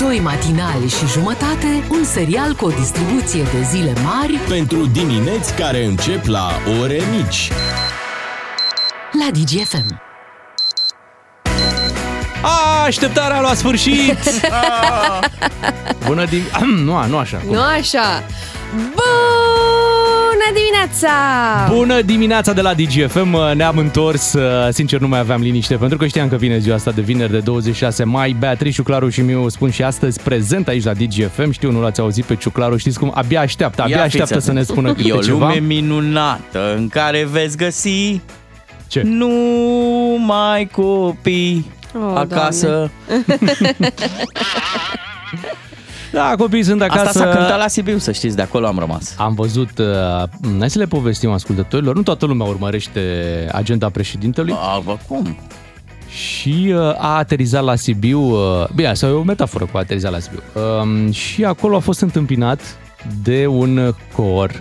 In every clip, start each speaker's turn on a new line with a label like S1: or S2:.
S1: Doi matinali și jumătate, un serial cu o distribuție de zile mari
S2: pentru dimineți care încep la ore mici.
S1: la DGFM.
S3: Așteptarea a luat sfârșit! Bună din... nu, a, nu așa.
S4: Nu așa. Bună dimineața!
S3: Bună dimineața de la DGFM, ne-am întors, uh, sincer nu mai aveam liniște, pentru că știam că vine ziua asta de vineri de 26 mai. Beatrice, Claru și Miu spun și astăzi prezent aici la DGFM, știu, nu l-ați auzit pe Ciuclaru, știți cum, abia așteaptă, abia
S5: Ia
S3: așteaptă
S5: fiți
S3: să ne
S5: atenți.
S3: spună
S5: E
S3: câte
S5: o
S3: ceva.
S5: lume minunată în care veți găsi
S3: Ce?
S5: nu mai copii
S4: Oh,
S5: acasă.
S3: Da, copiii sunt acasă.
S5: Asta s-a cântat la Sibiu, să știți, de acolo am rămas.
S3: Am văzut, uh, hai să le povestim ascultătorilor, nu toată lumea urmărește agenda președintelui
S5: A, bă, cum?
S3: și uh, a aterizat la Sibiu, uh, bine, asta e o metaforă cu a aterizat la Sibiu, um, și acolo a fost întâmpinat de un cor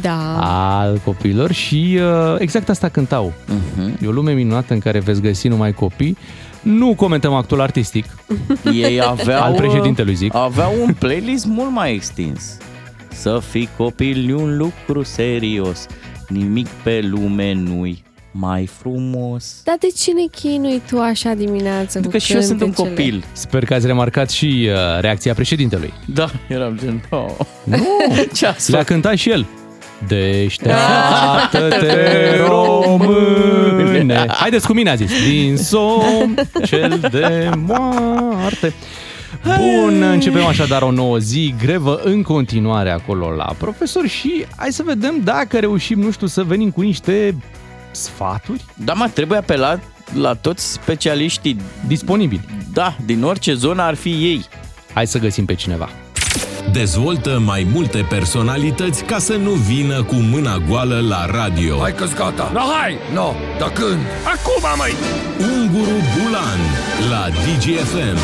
S4: Da.
S3: al copiilor și uh, exact asta cântau.
S5: Mhm.
S3: E o lume minunată în care veți găsi numai copii. Nu comentăm actul artistic,
S5: Ei aveau...
S3: Al președintelui, zic.
S5: Aveau un playlist mult mai extins. Să fii copil e un lucru serios. Nimic pe lume nu-i mai frumos.
S4: Dar de ce ne chinui tu așa dimineață
S5: Pentru că
S4: cu
S5: și eu sunt un
S4: cântecele?
S5: copil.
S3: sper că ați remarcat și uh, reacția președintelui.
S5: Da, eram gen... Oh. Nu! Ce ați
S3: Le-a cântat și el. Deșteaptă-te, române! Haideți cu mine, a zis. Din somn cel de moarte. Bun, începem așadar o nouă zi, grevă în continuare acolo la profesor și hai să vedem dacă reușim, nu știu, să venim cu niște sfaturi
S5: Da, mă, trebuie apelat la toți specialiștii.
S3: disponibili.
S5: Da, din orice zonă ar fi ei.
S3: Hai să găsim pe cineva.
S2: Dezvoltă mai multe personalități ca să nu vină cu mâna goală la radio.
S6: Hai că-s gata! No, hai! No, dar când? Acum, măi!
S2: Unguru Bulan la DGFM.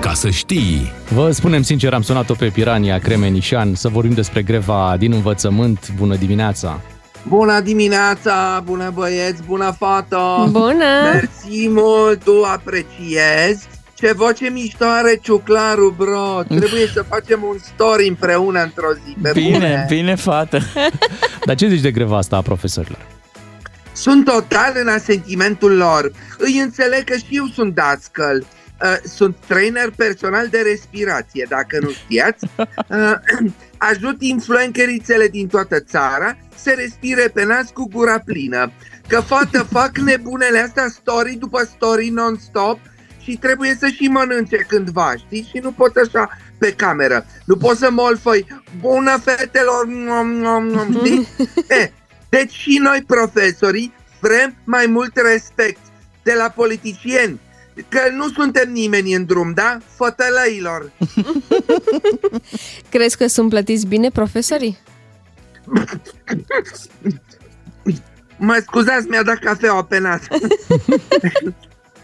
S2: Ca să știi,
S3: Vă spunem sincer, am sunat-o pe Pirania Cremenișan să vorbim despre greva din învățământ. Bună dimineața!
S7: Bună dimineața, bună băieți, bună fată!
S4: Bună!
S7: Mersi mult, tu apreciez! Ce voce mișto are Ciuclaru, bro! Trebuie să facem un story împreună într-o zi, pe
S5: Bine,
S7: bune.
S5: bine, fată.
S3: Dar ce zici de greva asta a profesorilor?
S7: Sunt total în asentimentul lor. Îi înțeleg că și eu sunt dascăl. Uh, Sunt trainer personal de respirație, dacă nu știați. Uh, Ajut influencerițele din toată țara să respire pe nas cu gura plină. Că fată fac nebunele astea story după story non-stop și trebuie să și mănânce cândva, știi? Și nu pot așa pe cameră. Nu pot să molfăi, bună fetelor, nom, nom, nom, știi? Eh, deci și noi, profesorii, vrem mai mult respect de la politicieni, că nu suntem nimeni în drum, da? Fătălăilor.
S4: Crezi că sunt plătiți bine profesorii?
S7: Mă scuzați, mi-a dat cafeaua pe nas.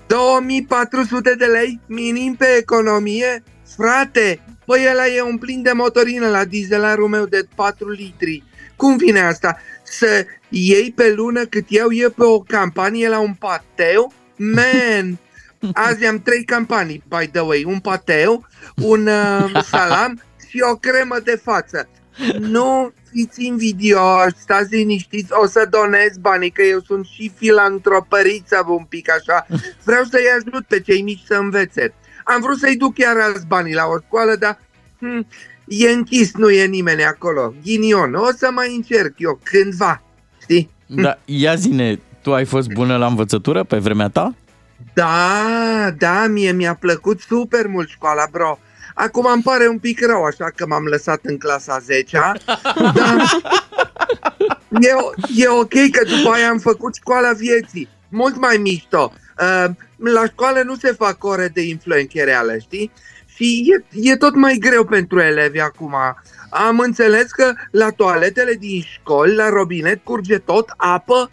S7: 2400 de lei minim pe economie? Frate, păi ăla e un plin de motorină la dieselarul meu de 4 litri. Cum vine asta? Să iei pe lună cât iau eu pe o campanie la un pateu? Man! Azi am trei campanii, by the way. Un pateu, un uh, salam și o cremă de față. Nu fiți invidioși, stați liniștiți, o să donez banii, că eu sunt și filantropăriță un pic așa. Vreau să-i ajut pe cei mici să învețe. Am vrut să-i duc chiar alți banii la o școală, dar hm, e închis, nu e nimeni acolo. Ghinion, o să mai încerc eu cândva, știi?
S5: Da, ia zine, tu ai fost bună la învățătură pe vremea ta?
S7: Da, da, mie mi-a plăcut super mult școala, bro. Acum îmi pare un pic rău, așa că m-am lăsat în clasa 10-a. Dar e, o- e ok că după aia am făcut școala vieții. Mult mai mișto. Uh, La școală nu se fac ore de influenchereală, știi? Și e, e tot mai greu pentru elevi acum. Am înțeles că la toaletele din școli, la robinet, curge tot apă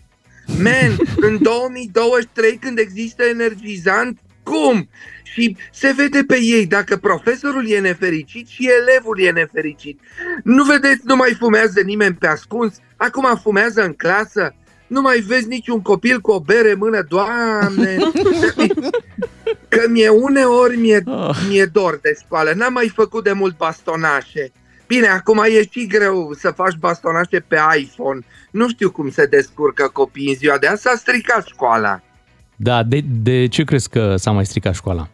S7: Man, în 2023 când există energizant, cum? Și se vede pe ei dacă profesorul e nefericit și elevul e nefericit. Nu vedeți, nu mai fumează nimeni pe ascuns, acum fumează în clasă. nu mai vezi niciun copil cu o bere în mână, doamne! Că mie uneori mi-e,
S5: Ah.
S7: mi-e dor de școală, n-am mai făcut de mult bastonașe. Bine, acum e și greu să faci bastonașe pe iPhone. Nu știu cum se descurcă copiii în ziua de azi, s-a stricat școala.
S3: Da, de, de ce crezi că s-a mai stricat școala?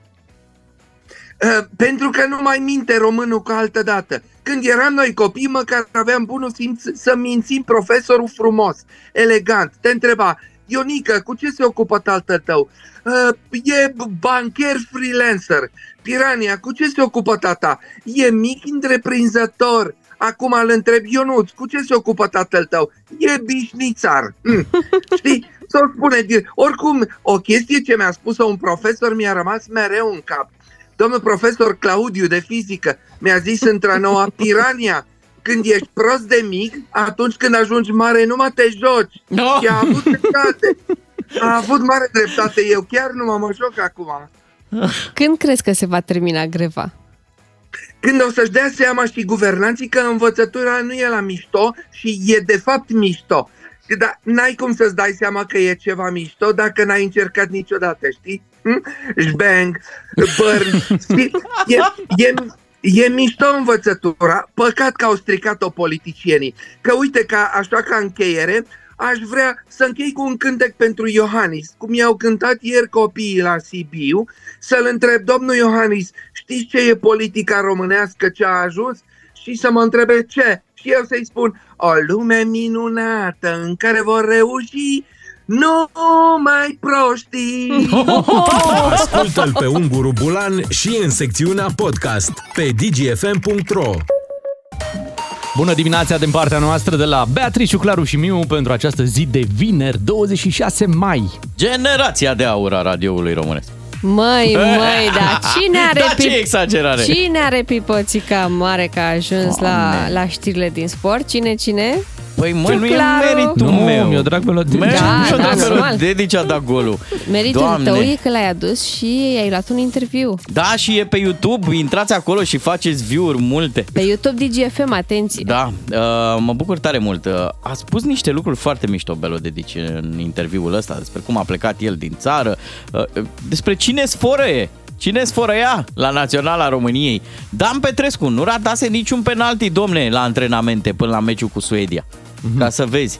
S7: Uh, pentru că nu mai minte românul ca altă dată. Când eram noi copii, măcar aveam bunul simț să mințim profesorul frumos, elegant. Te întreba, Ionică, cu ce se ocupă tatăl tău? Uh, e bancher freelancer. Pirania, cu ce se ocupă tata? E mic întreprinzător. Acum îl întreb Ionuț, cu ce se ocupă tatăl tău? E bișnițar. Mm. Știi? Să spune direct. Oricum, o chestie ce mi-a spus-o un profesor mi-a rămas mereu în cap. Domnul profesor Claudiu de fizică mi-a zis într-a noua pirania, când ești prost de mic, atunci când ajungi mare numai te joci.
S5: No.
S7: Și a avut dreptate. A avut mare dreptate. Eu chiar nu mă, mă joc acum.
S4: Când crezi că se va termina greva?
S7: Când o să-și dea seama și guvernanții că învățătura nu e la mișto și e de fapt mișto. Că Da, n-ai cum să-ți dai seama că e ceva mișto dacă n-ai încercat niciodată, știi? Hm? Bang, burn, știi? E, e, e mișto învățătura, păcat că au stricat-o politicienii. Că uite, ca, așa ca încheiere, aș vrea să închei cu un cântec pentru Iohannis, cum i-au cântat ieri copiii la Sibiu, să-l întreb, domnul Iohannis, știți ce e politica românească ce a ajuns? Și să mă întrebe ce? Și eu să-i spun, o lume minunată în care vor reuși nu mai proștii.
S6: Oh!
S2: Ascultă-l pe Unguru Bulan și în secțiunea podcast pe dgfm.ro
S3: Bună dimineața din partea noastră de la Beatrice, Claru și Miu pentru această zi de vineri, 26 mai.
S5: Generația de aur a radioului românesc.
S4: Măi, măi, dar cine are
S5: Da, ce
S4: pip-
S5: exagerare!
S4: Cine are pipățica mare că a ajuns la,
S5: Doamne.
S4: la știrile din sport? Cine, cine?
S5: Păi mă, nu e
S4: Ciuclaru.
S5: meritul
S3: Nu,
S5: meu.
S3: mi-o drag pe la Dedici.
S5: Meritul
S4: Da,
S5: meu,
S4: da,
S5: drag pe la
S4: normal.
S5: Dedici a dat golul.
S4: Meritul
S5: Doamne.
S4: tău e că l-ai adus și ai luat un interviu.
S5: Da, și e pe YouTube, intrați acolo și faceți view-uri multe.
S4: Pe YouTube DGFM, atenție!
S5: Da, uh, mă bucur tare mult. Uh, a spus niște lucruri foarte mișto Belo Dedici în interviul ăsta, despre cum a plecat el din țară, uh, despre cine sforăie, cine sforăia la Naționala României. Dan Petrescu nu ratase niciun penalti, domne, la antrenamente până la meciul cu Suedia. Ca să vezi.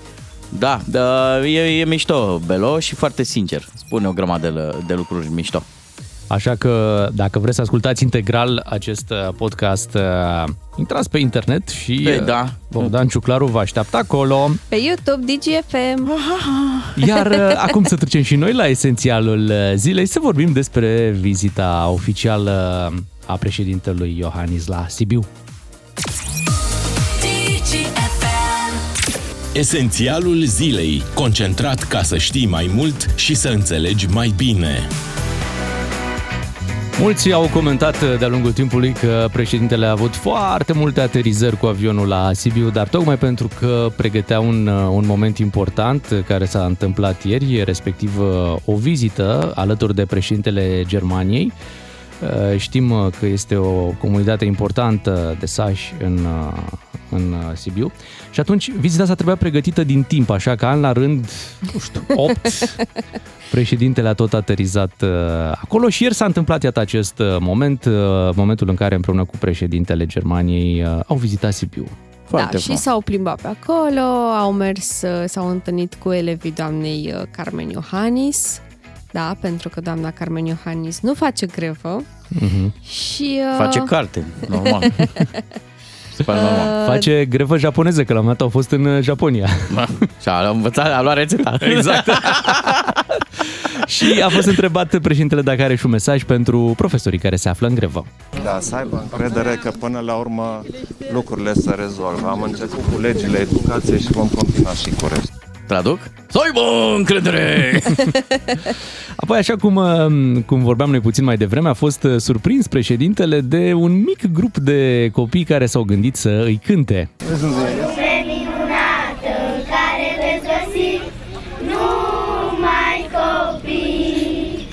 S5: Da, uh, e, e mișto Belo și foarte sincer. Spune o grămadă de, de lucruri mișto.
S3: Așa că dacă vreți să ascultați integral acest uh, podcast, uh, intrați pe internet și
S5: Păi
S3: uh,
S5: da.
S3: Bogdan Ciuclaru vă așteaptă acolo.
S4: Pe YouTube DGFM!
S3: Iar uh, acum să trecem și noi la esențialul uh, zilei, să vorbim despre vizita oficială uh, a președintelui Iohannis la Sibiu.
S2: Esențialul zilei, concentrat ca să știi mai mult și să înțelegi mai bine.
S3: Mulți au comentat uh, de-a lungul timpului că președintele a avut foarte multe aterizări cu avionul la Sibiu, dar tocmai pentru că pregătea un, uh, un moment important uh, care s-a întâmplat ieri, respectiv uh, o vizită alături de președintele Germaniei. Uh, Știm uh, că este o comunitate importantă de sași în, uh, în uh, Sibiu și atunci vizita asta trebuia pregătită din timp, așa că an la rând, nu știu, 8
S4: Da,
S3: Președintele a tot aterizat uh, acolo și ieri s-a întâmplat iată acest uh, moment, uh, momentul în care împreună cu președintele Germaniei uh, au vizitat Sibiu.
S5: Foarte
S4: da, și
S5: frumos.
S4: s-au plimbat pe acolo, au mers, uh, s-au întâlnit cu elevii doamnei uh, Carmen Iohannis, da, pentru că doamna Carmen Iohannis nu face grevă
S3: Mhm.
S4: uh-huh. și... uh,
S5: Face carte, normal. Super normal.
S3: Uh, Face grevă japoneză, că la un moment dat au fost în uh, Japonia.
S5: Și a învățat, a luat rețeta. Exact.
S3: și a fost întrebat președintele dacă are și un mesaj pentru profesorii care se află în grevă.
S8: Da, să aibă încredere că până la urmă lucrurile se rezolvă. Am început cu legile educației și vom continua și cu restul.
S5: Traduc? Soi bun, încredere!
S3: Apoi, așa cum, uh, cum vorbeam noi puțin mai devreme, a fost uh, surprins președintele de un mic grup de copii care s-au gândit să îi cânte.
S9: Lume minunată în care veți găsi numai copii.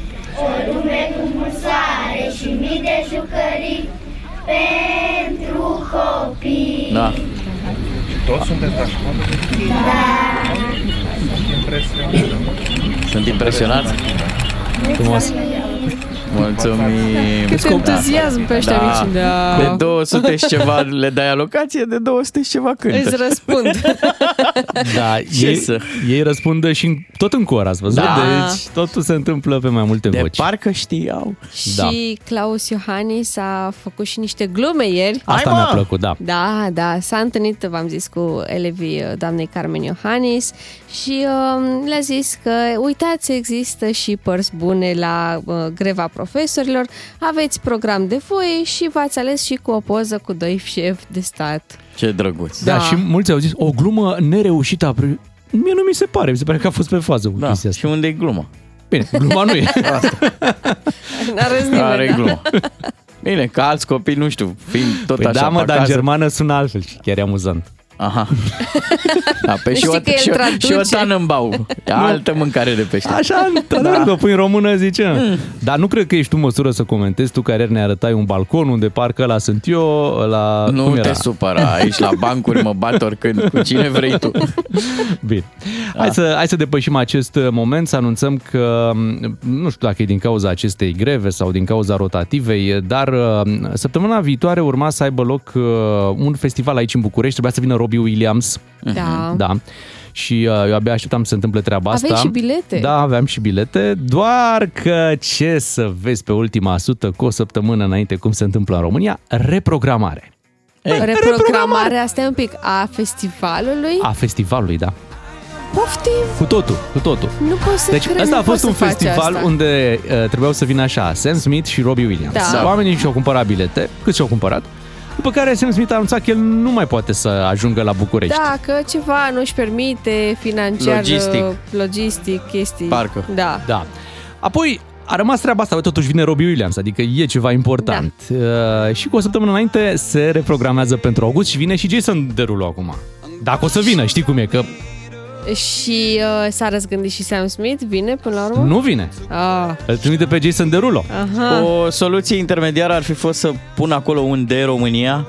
S9: O lume cu mult soare și mii de jucării pentru copii.
S5: Da.
S3: Da.
S8: Toți sunteți la școală?
S5: Sunt impresionați?
S3: Frumos.
S5: Mulțumim!
S4: Cât entuziasm pe ăștia
S5: Da.
S4: mici, da.
S5: De 200 și ceva le dai alocație, de 200 și ceva
S4: Îți
S5: cântă.
S4: răspund.
S3: Da,
S5: Ce
S3: ei,
S5: să-
S3: ei răspund și în- tot în cor, ați văzut?
S5: Da.
S3: Deci totul se întâmplă pe mai multe
S5: De
S3: voci.
S5: parcă știau.
S3: Da.
S4: Și Claus Iohannis a făcut și niște glume ieri.
S3: Asta
S5: Hai,
S3: mi-a
S5: mă!
S3: plăcut, da.
S4: Da, da, s-a întâlnit, v-am zis, cu elevii uh, doamnei Carmen Iohannis și um, le-a zis că, uitați, există și părți bune la uh, greva profesorilor, aveți program de voi și v-ați ales și cu o poză cu doi șefi de stat.
S5: Ce drăguț.
S3: Da,
S4: Da.
S3: și mulți au zis, o glumă nereușită a pri- Mie nu mi se pare, mi se pare că a fost pe fază cu
S5: Da.
S3: chestia
S5: Și
S3: asta.
S5: unde e gluma? Da,
S3: Bine, gluma nu e.
S4: Da. N-a râs nimeni,
S5: Are
S4: da.
S5: glumă. Bine, că alți copii, nu știu, fiind tot
S3: Păi
S5: așa
S3: da, mă,
S5: pe
S3: dar în
S5: acasă.
S3: germană sună altfel și chiar e amuzant.
S5: Aha. Da, pe
S4: Deci
S5: și,
S4: știi
S5: o,
S4: că el
S5: și, o, și o
S4: traduce.
S5: tanămbau. E altă mâncare de pește.
S3: Așa, da. că o pui în română, zice.
S5: Mm.
S3: Dar nu cred că ești tu în măsură să comentezi, tu care ne arătai un balcon unde parcă la sunt eu, la...
S5: Nu te supăra, aici la bancuri mă bat oricând, cu cine vrei tu. Ah.
S3: Bine. Hai, să, hai să depășim acest uh, moment, să anunțăm că, m, nu știu dacă e din cauza acestei greve sau din cauza rotativei, dar uh, săptămâna viitoare urma să aibă loc uh, un festival aici în București, trebuia să vină Robbie Williams,
S5: Mhm.
S4: Da.
S3: da, și uh, eu abia așteptam să se întâmple treaba
S4: Aveai
S3: asta.
S4: și bilete.
S3: Da, aveam și bilete, doar că ce să vezi pe ultima sută cu o săptămână înainte cum se întâmplă în România, reprogramare
S4: Păi, Reprogramarea asta e un pic a festivalului.
S3: a festivalului, da,
S4: Poftim,
S3: cu totul, cu totul.
S4: nu pot să
S3: Deci
S4: cred,
S3: ăsta
S4: nu
S3: a fost
S4: pot
S3: un
S4: să faci
S3: festival
S4: asta.
S3: unde uh, trebuiau să vină așa Sam Smith și Robbie Williams.
S4: Da.
S3: Oamenii și-au cumpărat bilete, cât și-au cumpărat. După care Sam Smith a anunțat că el nu mai poate să ajungă la București.
S4: Da, că ceva nu-și permite financiar, uh,
S5: Logistic.
S4: logistic chestii.
S5: Parcă.
S4: Da.
S3: da. Apoi a rămas treaba asta, bă, totuși vine Robbie Williams, adică e ceva important.
S4: Da.
S3: Uh, și cu o săptămână înainte se reprogramează pentru august și vine și Jason Derulo acum. Dacă o să vină, știi cum e, că
S4: Și uh, s-a răzgândit și Sam Smith, vine până la urmă?
S3: nu vine.
S4: Ah,
S3: Îl trimite pe Jason Derulo.
S4: aha.
S5: O soluție intermediară ar fi fost să pun acolo un de România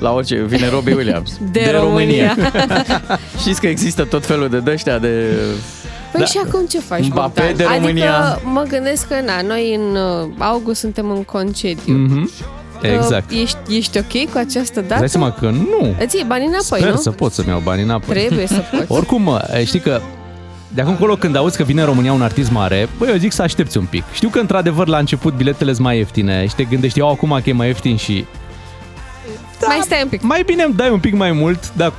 S5: la orice, vine Robbie Williams.
S4: De România.
S5: Știți că există tot felul de dăștea de...
S4: Păi
S5: Da.
S4: și acum ce faci,
S5: Mbappé
S4: Bogdan?
S5: de România.
S4: Adică mă gândesc că, na, noi în uh, august suntem în concediu.
S3: Mhm. Exact.
S4: Uh, ești, ești ok cu această
S3: Îți
S4: dată?
S3: dai seama că nu.
S4: Îți iei banii înapoi,
S3: Sper
S4: Păi nu?
S3: să pot să-mi iau banii înapoi.
S4: Trebuie să poți.
S3: Oricum, mă, eh, știi că de acum încolo când auzi că vine în România un artist mare, băi, eu zic să aștepți un pic. Știu că într-adevăr la început biletele sunt mai ieftine și te gândești, eu acum că e mai ieftin și Da.
S4: Mai stai un pic.
S3: mai bine îmi dai un pic mai mult, dar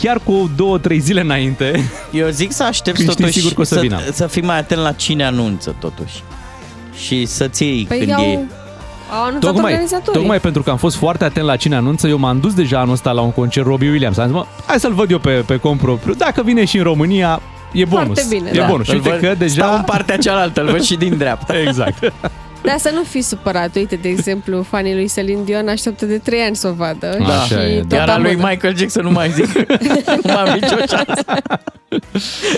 S3: chiar cu două, trei zile înainte.
S5: Eu zic să aștepți
S3: Când știi
S5: totuși
S3: sigur că o să vină.
S5: să, să fii mai atent la cine anunță totuși. Și să-ți iei
S4: Păi
S5: când
S4: au,
S5: e.
S4: au anunțat
S3: Tocmai,
S4: organizatorii.
S3: tocmai pentru că am fost foarte atent la cine anunță, eu m-am dus deja anul ăsta la un concert Robbie Williams. Am zis, mă, hai să-l văd eu pe, pe cont propriu. Dacă vine și în România, e bonus.
S4: Foarte bine,
S3: e
S4: da.
S3: bonus. Și
S5: Îl
S3: uite
S5: văd-
S3: că
S5: Stau în
S3: deja...
S5: partea cealaltă, îl văd și din dreapta.
S3: Exact.
S4: Dar să nu fii supărat. Uite, de exemplu, fanii lui Celine Dion așteaptă de 3 ani să o vadă.
S3: Da.
S4: și
S3: Așa e,
S4: tot
S3: da.
S5: Iar a lui
S4: amână.
S5: Michael Jackson nu mai zic. nu am nicio șansă.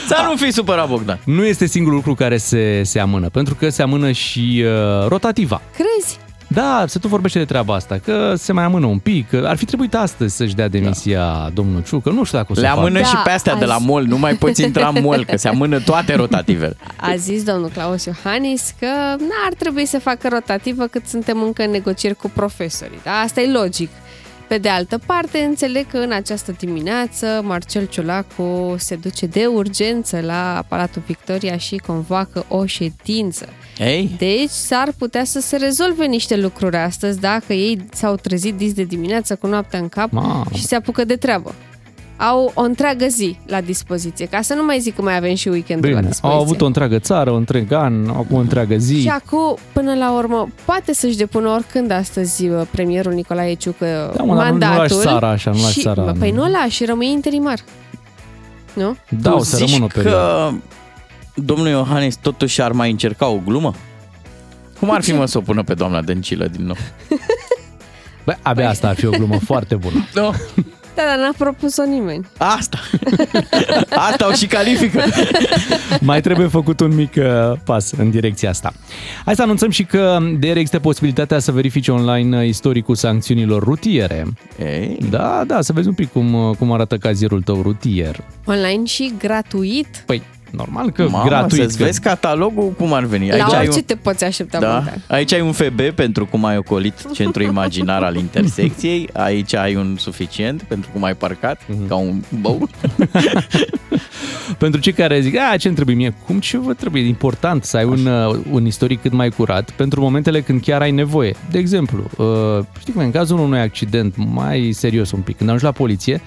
S5: Să nu fii supărat, Bogdan.
S3: Nu este singurul lucru care se, se amână, pentru că se amână și uh, rotativa.
S4: Crezi?
S3: Da, se tot vorbește de treaba asta, că se mai amână un pic, că ar fi trebuit astăzi să-și dea demisia da. domnul Ciucă, nu știu dacă o să
S5: Le
S3: facă.
S5: amână
S4: Da,
S5: și pe astea de la
S4: azi-
S5: mol. Nu mai poți intra în mol, că se amână toate rotativele.
S4: A zis domnul Claus Iohannis că n-ar trebui să facă rotativă cât suntem încă în negocieri cu profesorii. Da? Asta e logic. Pe de altă parte, înțeleg că în această dimineață Marcel Ciolacu se duce de urgență la Palatul Victoria și convoacă o ședință.
S5: Ei,
S4: Deci s-ar putea să se rezolve niște lucruri astăzi dacă ei s-au trezit dis de dimineață cu noaptea în cap
S3: Mamă.
S4: și se apucă de treabă. Au o întreagă zi la dispoziție, ca să nu mai zic că mai avem și weekendul la
S3: Bine,
S4: dispoziție.
S3: au avut o întreagă țară, un întreg an, acum o întreagă zi.
S4: Și acum, până la urmă, poate să-și depună oricând astăzi uh, premierul Nicolae Ciucă
S3: Da, mă, dar nu- nu
S4: mandatul.
S3: lași țara așa, nu lași
S4: și,
S3: țara.
S4: Bă, Păi nu o lași și rămâi interimar. Nu?
S3: Da,
S5: tu
S3: o să
S5: zici
S3: rămână pe că...
S5: că domnul Iohannis totuși ar mai încerca o glumă? Cum ar fi mă să o pună pe doamna Dăncilă din nou?
S4: Păi.
S3: Bă, abia asta ar fi o glumă foarte bună.
S5: Nu?
S4: Da, dar n-a propus-o nimeni.
S5: Asta. Asta o și califică.
S3: Mai trebuie făcut un mic uh, pas în direcția asta. Hai să anunțăm și că de ieri există posibilitatea să verifici online uh, istoricul sancțiunilor rutiere.
S5: Ei,
S3: Da, da, să vezi un pic cum, uh, cum arată cazierul tău rutier.
S4: Online și gratuit.
S3: Păi, normal că
S5: Mamă,
S3: gratuit.
S5: să-ți
S3: că-
S5: vezi catalogul cum ar veni.
S4: La
S5: Păi, ai
S4: orice
S5: un,
S4: te poți aștepta,
S5: da,
S4: Bogdan.
S5: aici ai un FB pentru cum ai ocolit centrul imaginar al intersecției, aici ai un suficient pentru cum ai parcat,
S3: Mhm.
S5: ca un bău.
S3: Pentru cei care zic, a, ce îmi trebuie mie? Cum ce vă trebuie? E important să ai un, uh, un istoric cât mai curat pentru momentele când chiar ai nevoie. De exemplu, uh, știi cum e, în cazul unui accident mai serios un pic, când ajungi la poliție,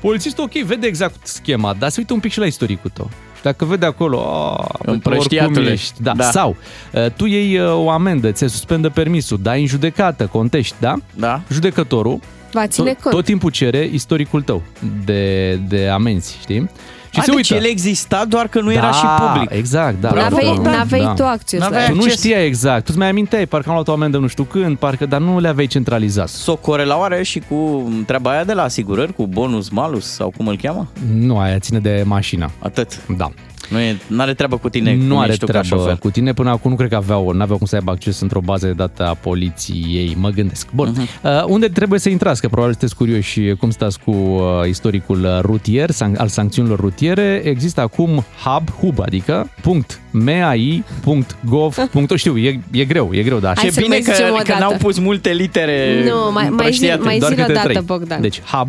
S3: polițistul, ok, vede exact schema, dar se uită un pic și la istoricul tău. Și dacă vede acolo, a, bă, tu oricum
S5: Împrăștiatule.
S3: ești. Da.
S5: Da.
S3: da. Sau, uh, tu iei uh, o amendă, ți suspendă permisul, dai în judecată, contești, da?
S5: Da?
S3: Judecătorul
S4: Va ține
S3: tot,
S4: cont.
S3: tot timpul cere istoricul tău de, de amenzi, știi? Și
S5: a,
S3: se
S5: deci
S3: uită. Da,
S5: el exista doar că nu era și public.
S3: Exact, da.
S5: Bravo,
S4: N-aveai,
S5: Bogdan,
S4: n-aveai
S3: da.
S4: tu acces la
S5: N-aveai
S4: el.
S3: Tu nu
S5: acces.
S3: știai exact, tu îți mai aminteai, parcă am luat o amendă nu știu când, parcă, dar nu le aveai centralizat.
S5: S-o corelauare și cu treaba aia de la asigurări, cu bonus malus sau cum îl cheamă?
S3: Nu, aia ține de mașina.
S5: Atât.
S3: Da.
S5: Nu e, are treabă cu tine,
S3: nu
S5: cum
S3: are
S5: ești tu ca
S3: treabă
S5: șofer.
S3: cu tine. Până acum nu cred că aveau, n-aveau cum să aibă acces într-o bază de date a poliției, mă gândesc. Bun,
S5: Mhm.
S3: uh-huh. uh, unde trebuie să intrați? Că probabil sunteți curioși cum stați cu uh, istoricul rutier, san- al sancțiunilor rutiere. Există acum hub, hub, adică punct .mai.gov. Știu, e, e greu, e greu, da.
S4: Hai
S5: Ce
S4: să
S5: bine
S4: mai zicem o
S5: că, că
S4: dată.
S5: n-au pus multe litere
S4: Nu, mai- mai zi-
S5: împrăștiate.
S4: mai zi
S3: Doar
S4: o
S3: câte
S4: dată,
S3: trei.
S4: Bogdan.
S3: Deci hub,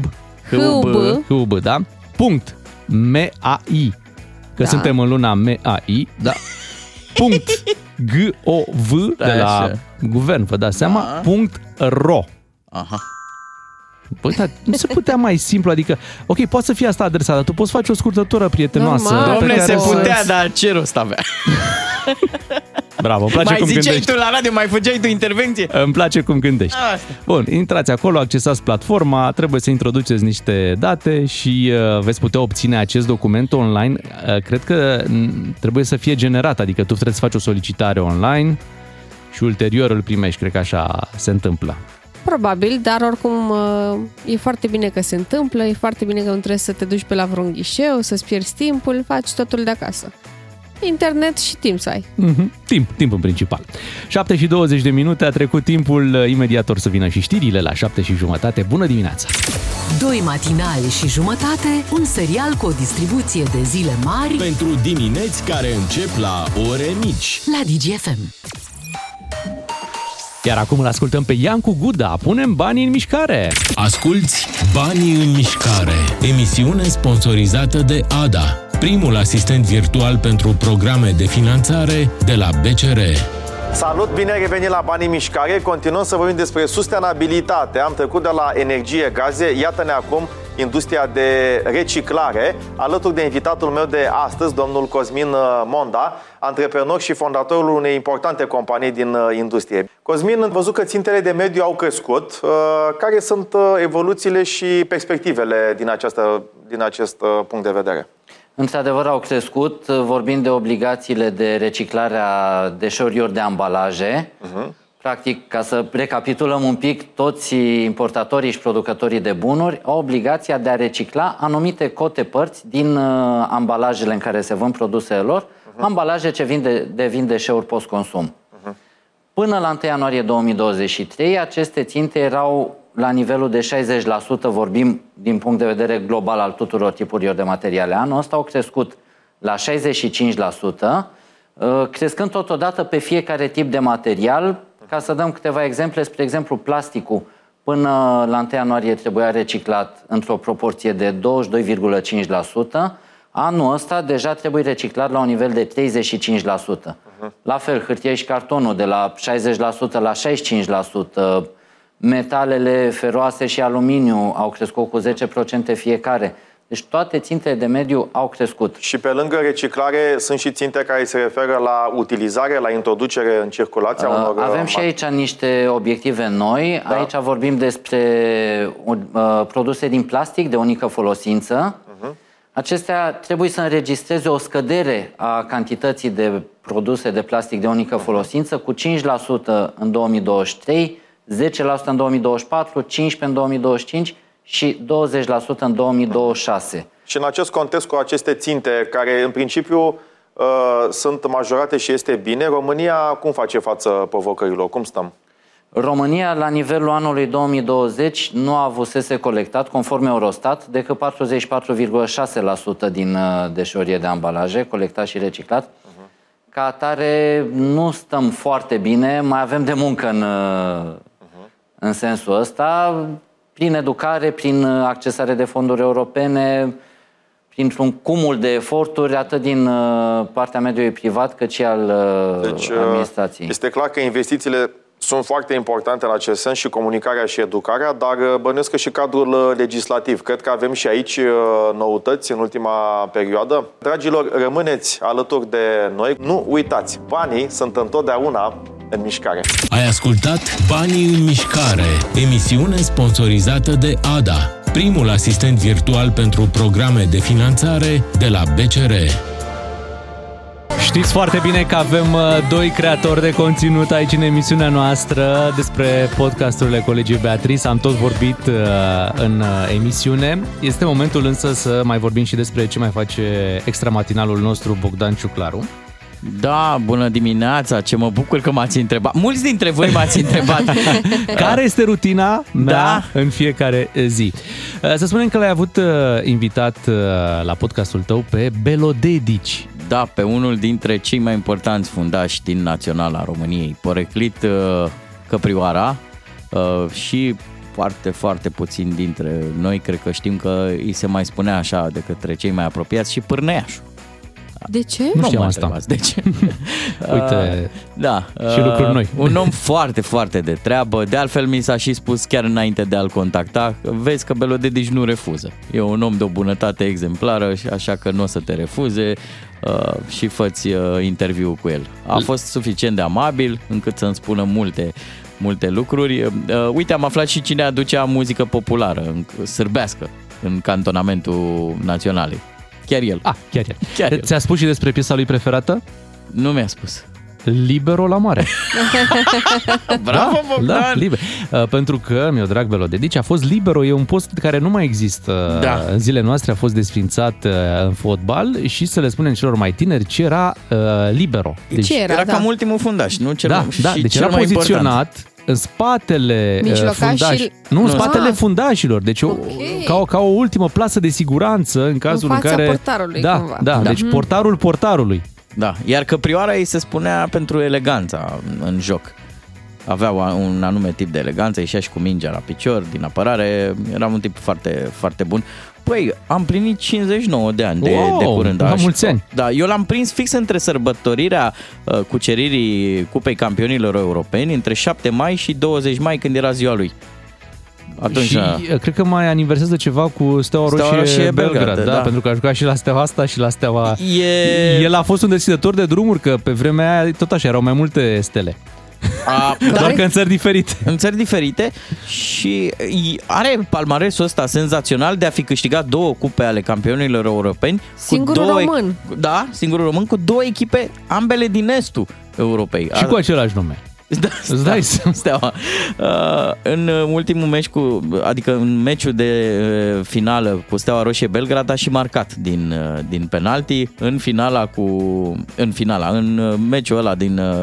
S4: H-U-B.
S3: hub, da? Punct. M-A-I. Că
S4: Da.
S3: suntem în luna M-A-I, da? Punct. G-O-V
S5: Da,
S3: de la
S5: așa.
S3: guvern, vă dați seama?
S5: Da.
S3: Punct ro.
S5: Aha.
S3: Băi, dar nu se putea mai simplu, adică, ok, poate să fie asta adresa, dar tu poți face o scurtătură prietenoasă.
S4: Normal.
S3: pe
S5: Domne,
S3: care
S5: se
S3: să-
S5: putea, da. dar ce rost avea?
S3: Bravo, îmi place
S5: Mai
S3: cum
S5: ziceai
S3: gândești.
S5: tu la radio, mai făceai tu intervenție?
S3: Îmi place cum gândești.
S5: Asta.
S3: Bun, intrați acolo, accesați platforma, trebuie să introduceți niște date și uh, veți putea obține acest document online. Uh, cred că m, trebuie să fie generat, adică tu trebuie să faci o solicitare online și ulterior îl primești, cred că așa se întâmplă.
S4: Probabil, dar oricum uh, e foarte bine că se întâmplă, e foarte bine că nu trebuie să te duci pe la vreun ghișeu, să-ți pierzi timpul, faci totul de acasă. Internet și timp să ai.
S3: Mm-hmm. Timp, timp în principal. 7 și 20 de minute, a trecut timpul, uh, imediat or să vină și știrile la 7 și jumătate. Bună dimineața!
S1: Doi matinali și jumătate, un serial cu o distribuție de zile mari
S2: Pentru dimineți care încep la ore mici.
S1: la DGFM.
S3: Iar acum îl ascultăm pe Iancu Guda, punem banii în mișcare!
S2: Asculți Banii în mișcare, emisiune sponsorizată de ADA, primul asistent virtual pentru programe de finanțare de la BCR.
S10: Salut, bine ai revenit la Banii Mișcare. Continuăm să vorbim despre sustenabilitate. Am trecut de la energie, gaze, iată-ne acum industria de reciclare, alături de invitatul meu de astăzi, domnul Cosmin uh, Monda, antreprenor și fondatorul unei importante companii din uh, industrie. Cosmin, am văzut că țintele de mediu au crescut. Uh, Care sunt uh, evoluțiile și perspectivele din, această, din acest uh, punct de vedere?
S11: Într-adevăr au crescut, vorbind de obligațiile de reciclare a deșeurilor de ambalaje. Uh-huh. Practic, ca să recapitulăm un pic, toți importatorii și producătorii de bunuri au obligația de a recicla anumite cote părți din uh, ambalajele în care se vând produsele lor, uh-huh. ambalaje ce vin de, devin deșeuri post-consum. Uh-huh. Până la 1 ianuarie 2023, aceste ținte erau la nivelul de 60%, vorbim din punct de vedere global al tuturor tipurilor de materiale. Anul ăsta au crescut la 65%, uh, crescând totodată pe fiecare tip de material. Ca să dăm câteva exemple, spre exemplu, plasticul până la 1 ianuarie trebuia reciclat într-o proporție de 22,5%, Anul ăsta deja trebuie reciclat la un nivel de 35%. La fel, hârtie și cartonul de la 60% la 65%. Metalele feroase și aluminiu au crescut cu 10% fiecare. Deci toate țintele de mediu au crescut.
S10: Și pe lângă reciclare sunt și ținte care se referă la utilizare, la introducere în circulație a
S11: Uh,
S10: unor...
S11: Avem
S10: uh,
S11: și aici niște obiective noi. Da. Aici vorbim despre uh, uh, produse din plastic de unică folosință. Uh-huh. Acestea trebuie să înregistreze o scădere a cantității de produse de plastic de unică folosință cu 5% în 2023, 10% în 2024, 15% în 2025 și 20% în 2026.
S10: Și în acest context, cu aceste ținte, care în principiu uh, sunt majorate și este bine, România cum face față provocărilor? Cum stăm?
S11: România, la nivelul anului 2020, nu a avusese colectat, conform Eurostat, decât 44,6% din uh, deșeurie de ambalaje colectat și reciclat.
S10: Uh-huh.
S11: Ca atare, nu stăm foarte bine, mai avem de muncă în, uh,
S10: Uh-huh.
S11: în sensul ăsta, prin educare, prin uh, accesare de fonduri europene, printr-un cumul de eforturi, atât din uh, partea mediului privat, cât și al uh,
S10: Deci, uh,
S11: administrației.
S10: este clar că investițiile sunt foarte importante în acest sens și comunicarea și educarea, dar uh, bănuiesc că și cadrul uh, legislativ. Cred că avem și aici uh, noutăți în ultima perioadă. Dragilor, rămâneți alături de noi. Nu uitați, banii sunt întotdeauna în mișcare.
S2: Ai ascultat Banii în mișcare, emisiune sponsorizată de ADA, primul asistent virtual pentru programe de finanțare de la BCR.
S3: Știți foarte bine că avem uh, doi creatori de conținut aici în emisiunea noastră despre podcasturile colegii Beatrice. Am tot vorbit uh, în uh, emisiune. Este momentul însă să mai vorbim și despre ce mai face extramatinalul nostru Bogdan Ciuclaru.
S5: Da, bună dimineața, ce mă bucur că m-ați întrebat. Mulți dintre voi m-ați întrebat.
S3: Care este rutina mea da. în fiecare zi? Uh, Să spunem că l-ai avut uh, invitat uh, la podcastul tău pe Belodedici.
S5: Da, pe unul dintre cei mai importanți fundași din Naționala României, poreclit uh, Căprioara uh, și foarte, foarte puțin dintre noi, cred că știm că îi se mai spunea așa de către cei mai apropiați și Pârneiașul.
S4: De ce?
S5: Nu știam asta. De ce?
S3: Uite,
S5: da,
S3: și lucruri noi.
S5: Un om foarte, foarte de treabă. De altfel, mi s-a și spus chiar înainte de a-l contacta, vezi că Belodedici nu refuză. E un om de o bunătate exemplară, și- așa că nu o să te refuze uh, și făți uh, interviu cu el. A fost suficient de amabil încât să-mi spună multe multe lucruri. Uh, Uite, am aflat și cine aducea muzică populară, în- sârbească, în cantonamentul naționalei. Chiar el.
S3: Ah, chiar el. Chiar el. Ți-a spus și despre piesa lui preferată?
S5: Nu mi-a spus.
S3: Libero la mare.
S5: Bravo,
S3: da,
S5: Bogdan!
S3: da, liber. Uh, Pentru că, mi-o drag Belodedici, a fost Libero, e un post care nu mai există
S5: Da.
S3: în zilele noastre, a fost desfințat uh, în fotbal și să le spunem celor mai tineri ce era uh, Libero.
S5: Ce era, Era da. cam ultimul fundaș, nu? Cel
S3: da,
S5: mai-
S3: da,
S5: și
S3: deci
S5: cel
S3: era
S5: mai
S3: poziționat
S5: important.
S3: în spatele uh,
S5: Mijlocașii-
S3: fundaș, nu, în
S5: Nu.
S3: spatele
S5: Ah.
S3: fundașilor, deci o, ca, o, ca o ultimă plasă de siguranță în cazul în,
S4: fața
S3: care...
S4: portarului,
S3: da,
S4: cumva.
S3: Da,
S4: Da.
S3: deci
S5: Mm.
S4: Mhm.
S3: portarul portarului.
S5: Da, iar căprioara ei se spunea pentru eleganța în joc. Avea o- un anume tip de eleganță, ieșea și cu mingea la picior, din apărare, era un tip foarte, foarte bun. Păi, am plinit 59 de ani de,
S3: Wow,
S5: de curând.
S3: la
S5: aș-
S3: mulți ani.
S5: Da, eu l-am prins fix între sărbătorirea uh, cuceririi Cupei Campionilor Europeni, între 7 mai și 20 mai, când era ziua lui. Atunci,
S3: și
S5: a-
S3: uh, cred că mai aniversează ceva cu Steaua Roșie,
S5: Steaua Roșie
S3: Belgrad,
S5: Belgrad,
S3: da,
S5: da.
S3: pentru că a jucat și la Steaua asta și la Steaua...
S5: E-
S3: El a fost un deschidător de drumuri, că pe vremea aia tot așa erau mai multe stele.
S5: A, păi da,
S3: Doar că în țări diferite.
S5: În țări diferite și i- are palmaresul ăsta senzațional de a fi câștigat două cupe ale campionilor europeni.
S4: Singurul
S5: cu două,
S4: român.
S5: Da, singurul român cu două echipe, ambele din estul Europei.
S3: Și cu același nume.
S5: Da, Îți dai steaua. Uh, în ultimul meci cu, adică în meciul de uh, finală cu Steaua Roșie Belgrad a și marcat din, uh, din penalti în finala cu în finala, în uh, meciul ăla din uh,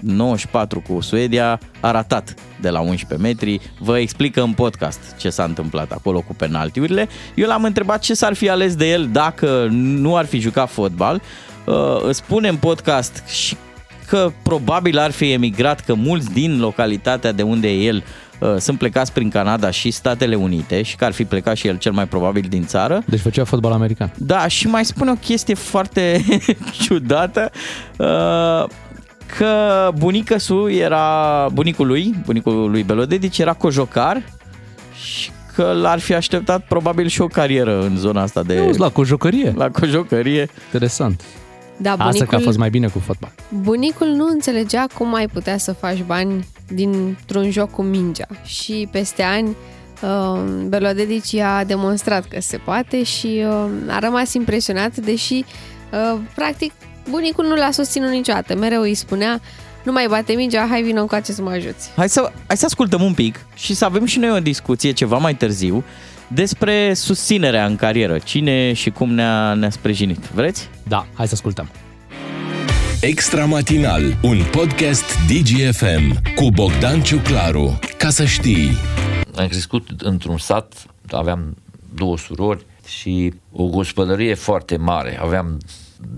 S5: 94 cu Suedia a ratat de la 11 metri. Vă explică în podcast ce s-a întâmplat acolo cu penaltiurile. Eu l-am întrebat ce s-ar fi ales de el dacă nu ar fi jucat fotbal. Uh, îți Spune în podcast și că probabil ar fi emigrat, că mulți din localitatea de unde e el uh, sunt plecați prin Canada și Statele Unite și că ar fi plecat și el cel mai probabil din țară.
S3: Deci făcea fotbal american.
S5: Da, și mai spune o chestie foarte ciudată, uh, că bunica su era, bunicul lui, bunicul lui Belodedici era cojocar și că l-ar fi așteptat probabil și o carieră în zona asta de...
S3: Auzi, la cojocărie.
S5: La cojocărie.
S3: Interesant.
S4: Da,
S3: Asta că a
S4: bunicul-
S3: fost mai bine cu fotbal.
S4: Bunicul nu înțelegea cum ai putea să faci bani dintr-un joc cu mingea și peste ani uh, Belodedici a demonstrat că se poate și uh, a rămas impresionat, deși uh, practic bunicul nu l-a susținut niciodată. Mereu îi spunea, nu mai bate mingea, hai vină încoace să mă ajuți.
S5: Hai să, hai să ascultăm un pic și să avem și noi o discuție ceva mai târziu despre susținerea în carieră. Cine și cum ne-a, ne-a sprijinit. Vreți?
S3: Da, hai să ascultăm.
S2: Extra matinal, un podcast DGFM cu Bogdan Ciuclaru. Ca să știi.
S12: Am crescut într-un sat, aveam două surori și o gospodărie foarte mare. Aveam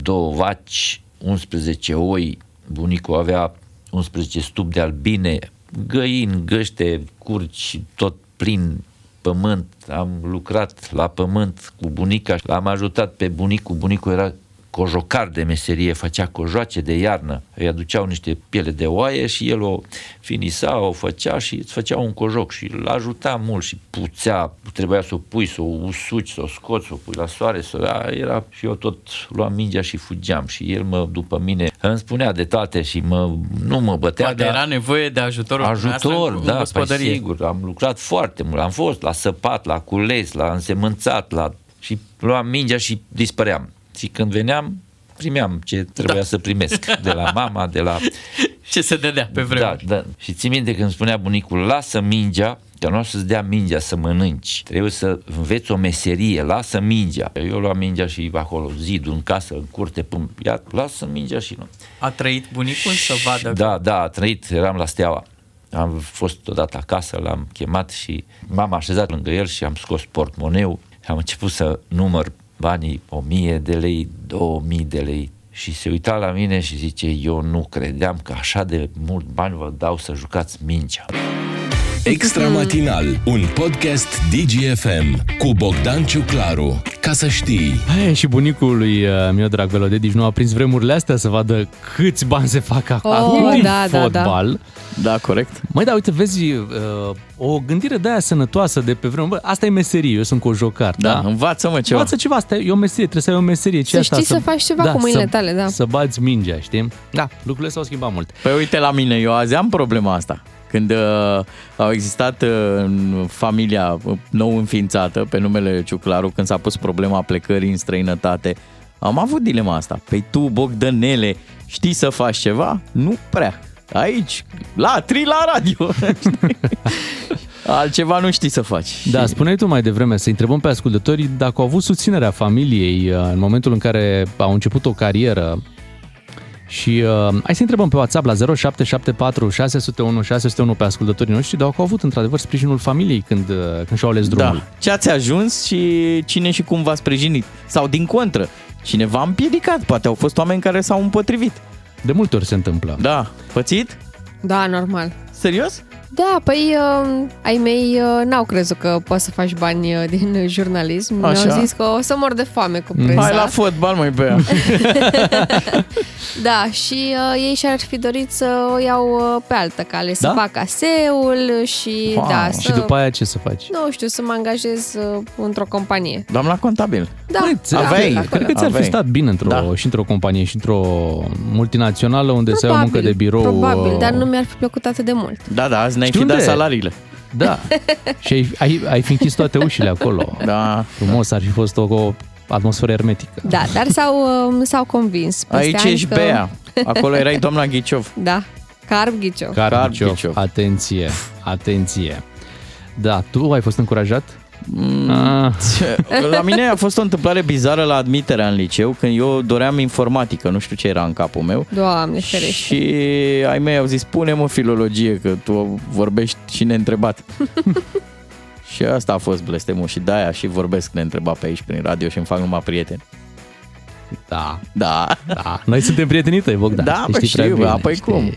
S12: două vaci, 11 oi, bunicul avea 11 stup de albine, găini, găște, curci, tot plin pământ. Am lucrat la pământ cu bunica, l-am ajutat pe bunicul. Bunicul era cojocar de meserie, făcea cojoace de iarnă, îi aduceau niște piele de oaie și el o finisa, o făcea și îți făcea un cojoc și îl ajuta mult și puțea, trebuia să o pui, să o usuci, să o scoți, să o pui la soare, să da, era și eu tot luam mingea și fugeam și el mă, după mine, îmi spunea de toate și mă, nu mă bătea,
S3: Da.
S13: Poate
S12: dar-
S13: era nevoie de ajutorul dumneavoastră
S12: Ajutor,
S13: în
S12: da, păi
S13: gospodărie.
S12: sigur, am lucrat foarte mult, am fost la săpat, la cules, la însemânțat, la... și luam mingea și dispăream. Și când veneam, primeam ce trebuia da. să primesc de la mama, de la...
S13: Ce se dădea pe vremuri.
S12: Da, da. Și ții minte când spunea bunicul, lasă mingea, că nu o să-ți dea mingea să mănânci. Trebuie să înveți o meserie, lasă mingea. Eu luam mingea și acolo, zidul, în casă, în curte, pum, ia, lasă mingea și nu.
S13: A trăit bunicul să vadă
S12: Da, da, a trăit, eram la Steaua. Am fost odată acasă, l-am chemat și m-am așezat lângă el și am scos portmoneu. Am început să număr banii, 1000 de lei, 2000 de lei. Și se uita la mine și zice, eu nu credeam că așa de mult bani vă dau să jucați mingea.
S2: Extra matinal, un podcast DGFM cu Bogdan Ciuclaru. Ca să știi.
S3: Hey, și bunicul lui uh, meu drag Velodedici nu a prins vremurile astea să vadă câți bani se fac
S4: Oh,
S3: acum din
S4: da, da, da.
S3: fotbal.
S5: Da, corect.
S3: Mai da, uite, vezi, uh, o gândire de aia sănătoasă de pe vreme. Bă, asta e meserie, eu sunt cojocar. Da, da?
S5: învață-mă
S3: ceva. Învață ceva, asta e o meserie, trebuie să ai o meserie. Ce
S4: Să
S3: e asta?
S4: știi să faci ceva cu mâinile tale, da.
S3: Să bați mingea, știi? Da, lucrurile s-au schimbat mult.
S5: Păi uite la mine, eu azi am problema asta. Când uh, au existat uh, în familia uh, nou înființată pe numele Ciuclaru, când s-a pus problema plecării în străinătate, am avut dilema asta. Păi tu, Bogdanele, știi să faci ceva? Nu prea. Aici, la tri la radio. știi? Altceva nu știi să faci.
S3: Da, spuneai tu mai devreme să întrebăm pe ascultătorii dacă au avut susținerea familiei uh, în momentul în care au început o carieră și uh, hai să întrebăm pe WhatsApp la 0774 601 601 pe ascultătorii noștri dacă au avut într-adevăr sprijinul familiei când, uh, când și-au ales drumul.
S5: Da. Ce ați ajuns și cine și cum v-a sprijinit? Sau din contră, cine v-a împiedicat? Poate au fost oameni care s-au împotrivit.
S3: De multe ori se întâmplă.
S5: Da. Pățit?
S4: Da, normal.
S5: Serios?
S4: Da, păi uh, ai mei uh, n-au crezut că poți să faci bani uh, din jurnalism.
S5: Așa. Mm.
S4: Mi-au zis că o să mor de foame
S3: Păi
S4: cu presa.
S5: Hai la
S3: exact.
S5: fotbal, mai pe ea.
S4: Da, și uh, ei și-ar fi dorit să o iau uh, pe altă cale, să
S3: Da?
S4: fac aseul și da, să...
S3: și după aia ce să faci?
S4: Nu știu, să mă angajez uh, într-o companie.
S5: Doamna contabil.
S4: Da,
S3: Băi, ți-
S4: aveai,
S3: cred că ți-ar fi
S4: aveai.
S3: stat bine într-o, da. și într-o companie și într-o multinațională unde să ai o muncă de birou.
S4: Probabil,
S3: uh,
S4: dar nu mi-ar fi plăcut atât de mult.
S5: Da, da, azi ne-ai
S3: Știi
S5: fi dat
S3: unde?
S5: salariile.
S3: Da. Și ai, ai, ai fi închis toate ușile acolo.
S5: Da.
S3: Frumos, ar fi fost o, o atmosferă ermetică.
S4: Da, dar s-au, uh, s-au convins. peste
S5: Aici
S4: ani
S5: ești
S4: că...
S5: Bea. Acolo erai doamna Ghiciov.
S4: Da, Carb Ghiciov.
S3: Carbiciov. Atenție, atenție. Da, tu ai fost încurajat?
S5: Mm.
S3: Ah.
S5: La mine a fost o întâmplare bizară la admiterea în liceu, când eu doream informatică, nu știu ce era în capul meu.
S4: Doamne ferește.
S5: Și ai mei au zis, pune-mă filologie, că tu vorbești și neîntrebat. și asta a fost blestemul și de-aia și vorbesc neîntrebat pe aici prin radio și îmi fac numai prieteni.
S3: Da.
S5: Da.
S3: da. Noi suntem prietenii tăi, Bogdan.
S5: Da,
S3: te
S5: bă,
S3: prea
S5: știu,
S3: bine,
S5: bă, apoi
S3: știi.
S5: cum?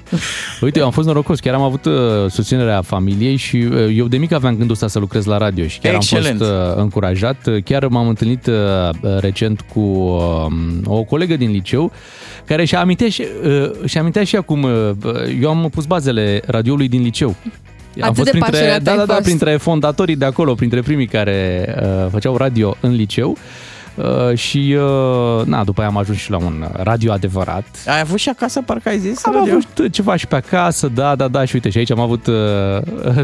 S3: Uite, eu am fost norocos, chiar am avut uh, susținerea familiei și uh, eu de mic aveam gândul ăsta să lucrez la radio și chiar
S5: Excelent.
S3: am fost uh, încurajat. Uh, Chiar m-am întâlnit uh, recent cu uh, o colegă din liceu care și-a amintea și, uh, și-a amintea și acum, uh, eu am pus bazele radioului din liceu.
S4: Atât de
S3: printre,
S4: pasionat
S3: da,
S4: ai
S3: da, da,
S4: fost.
S3: printre fondatorii de acolo, printre primii care uh, făceau radio în liceu. Uh, și uh, na, după aia am ajuns și la un radio adevărat
S5: Ai avut și acasă, parcă ai zis?
S3: am
S5: radio?
S3: avut ceva și pe acasă, da, da, da, și uite, și aici am avut uh,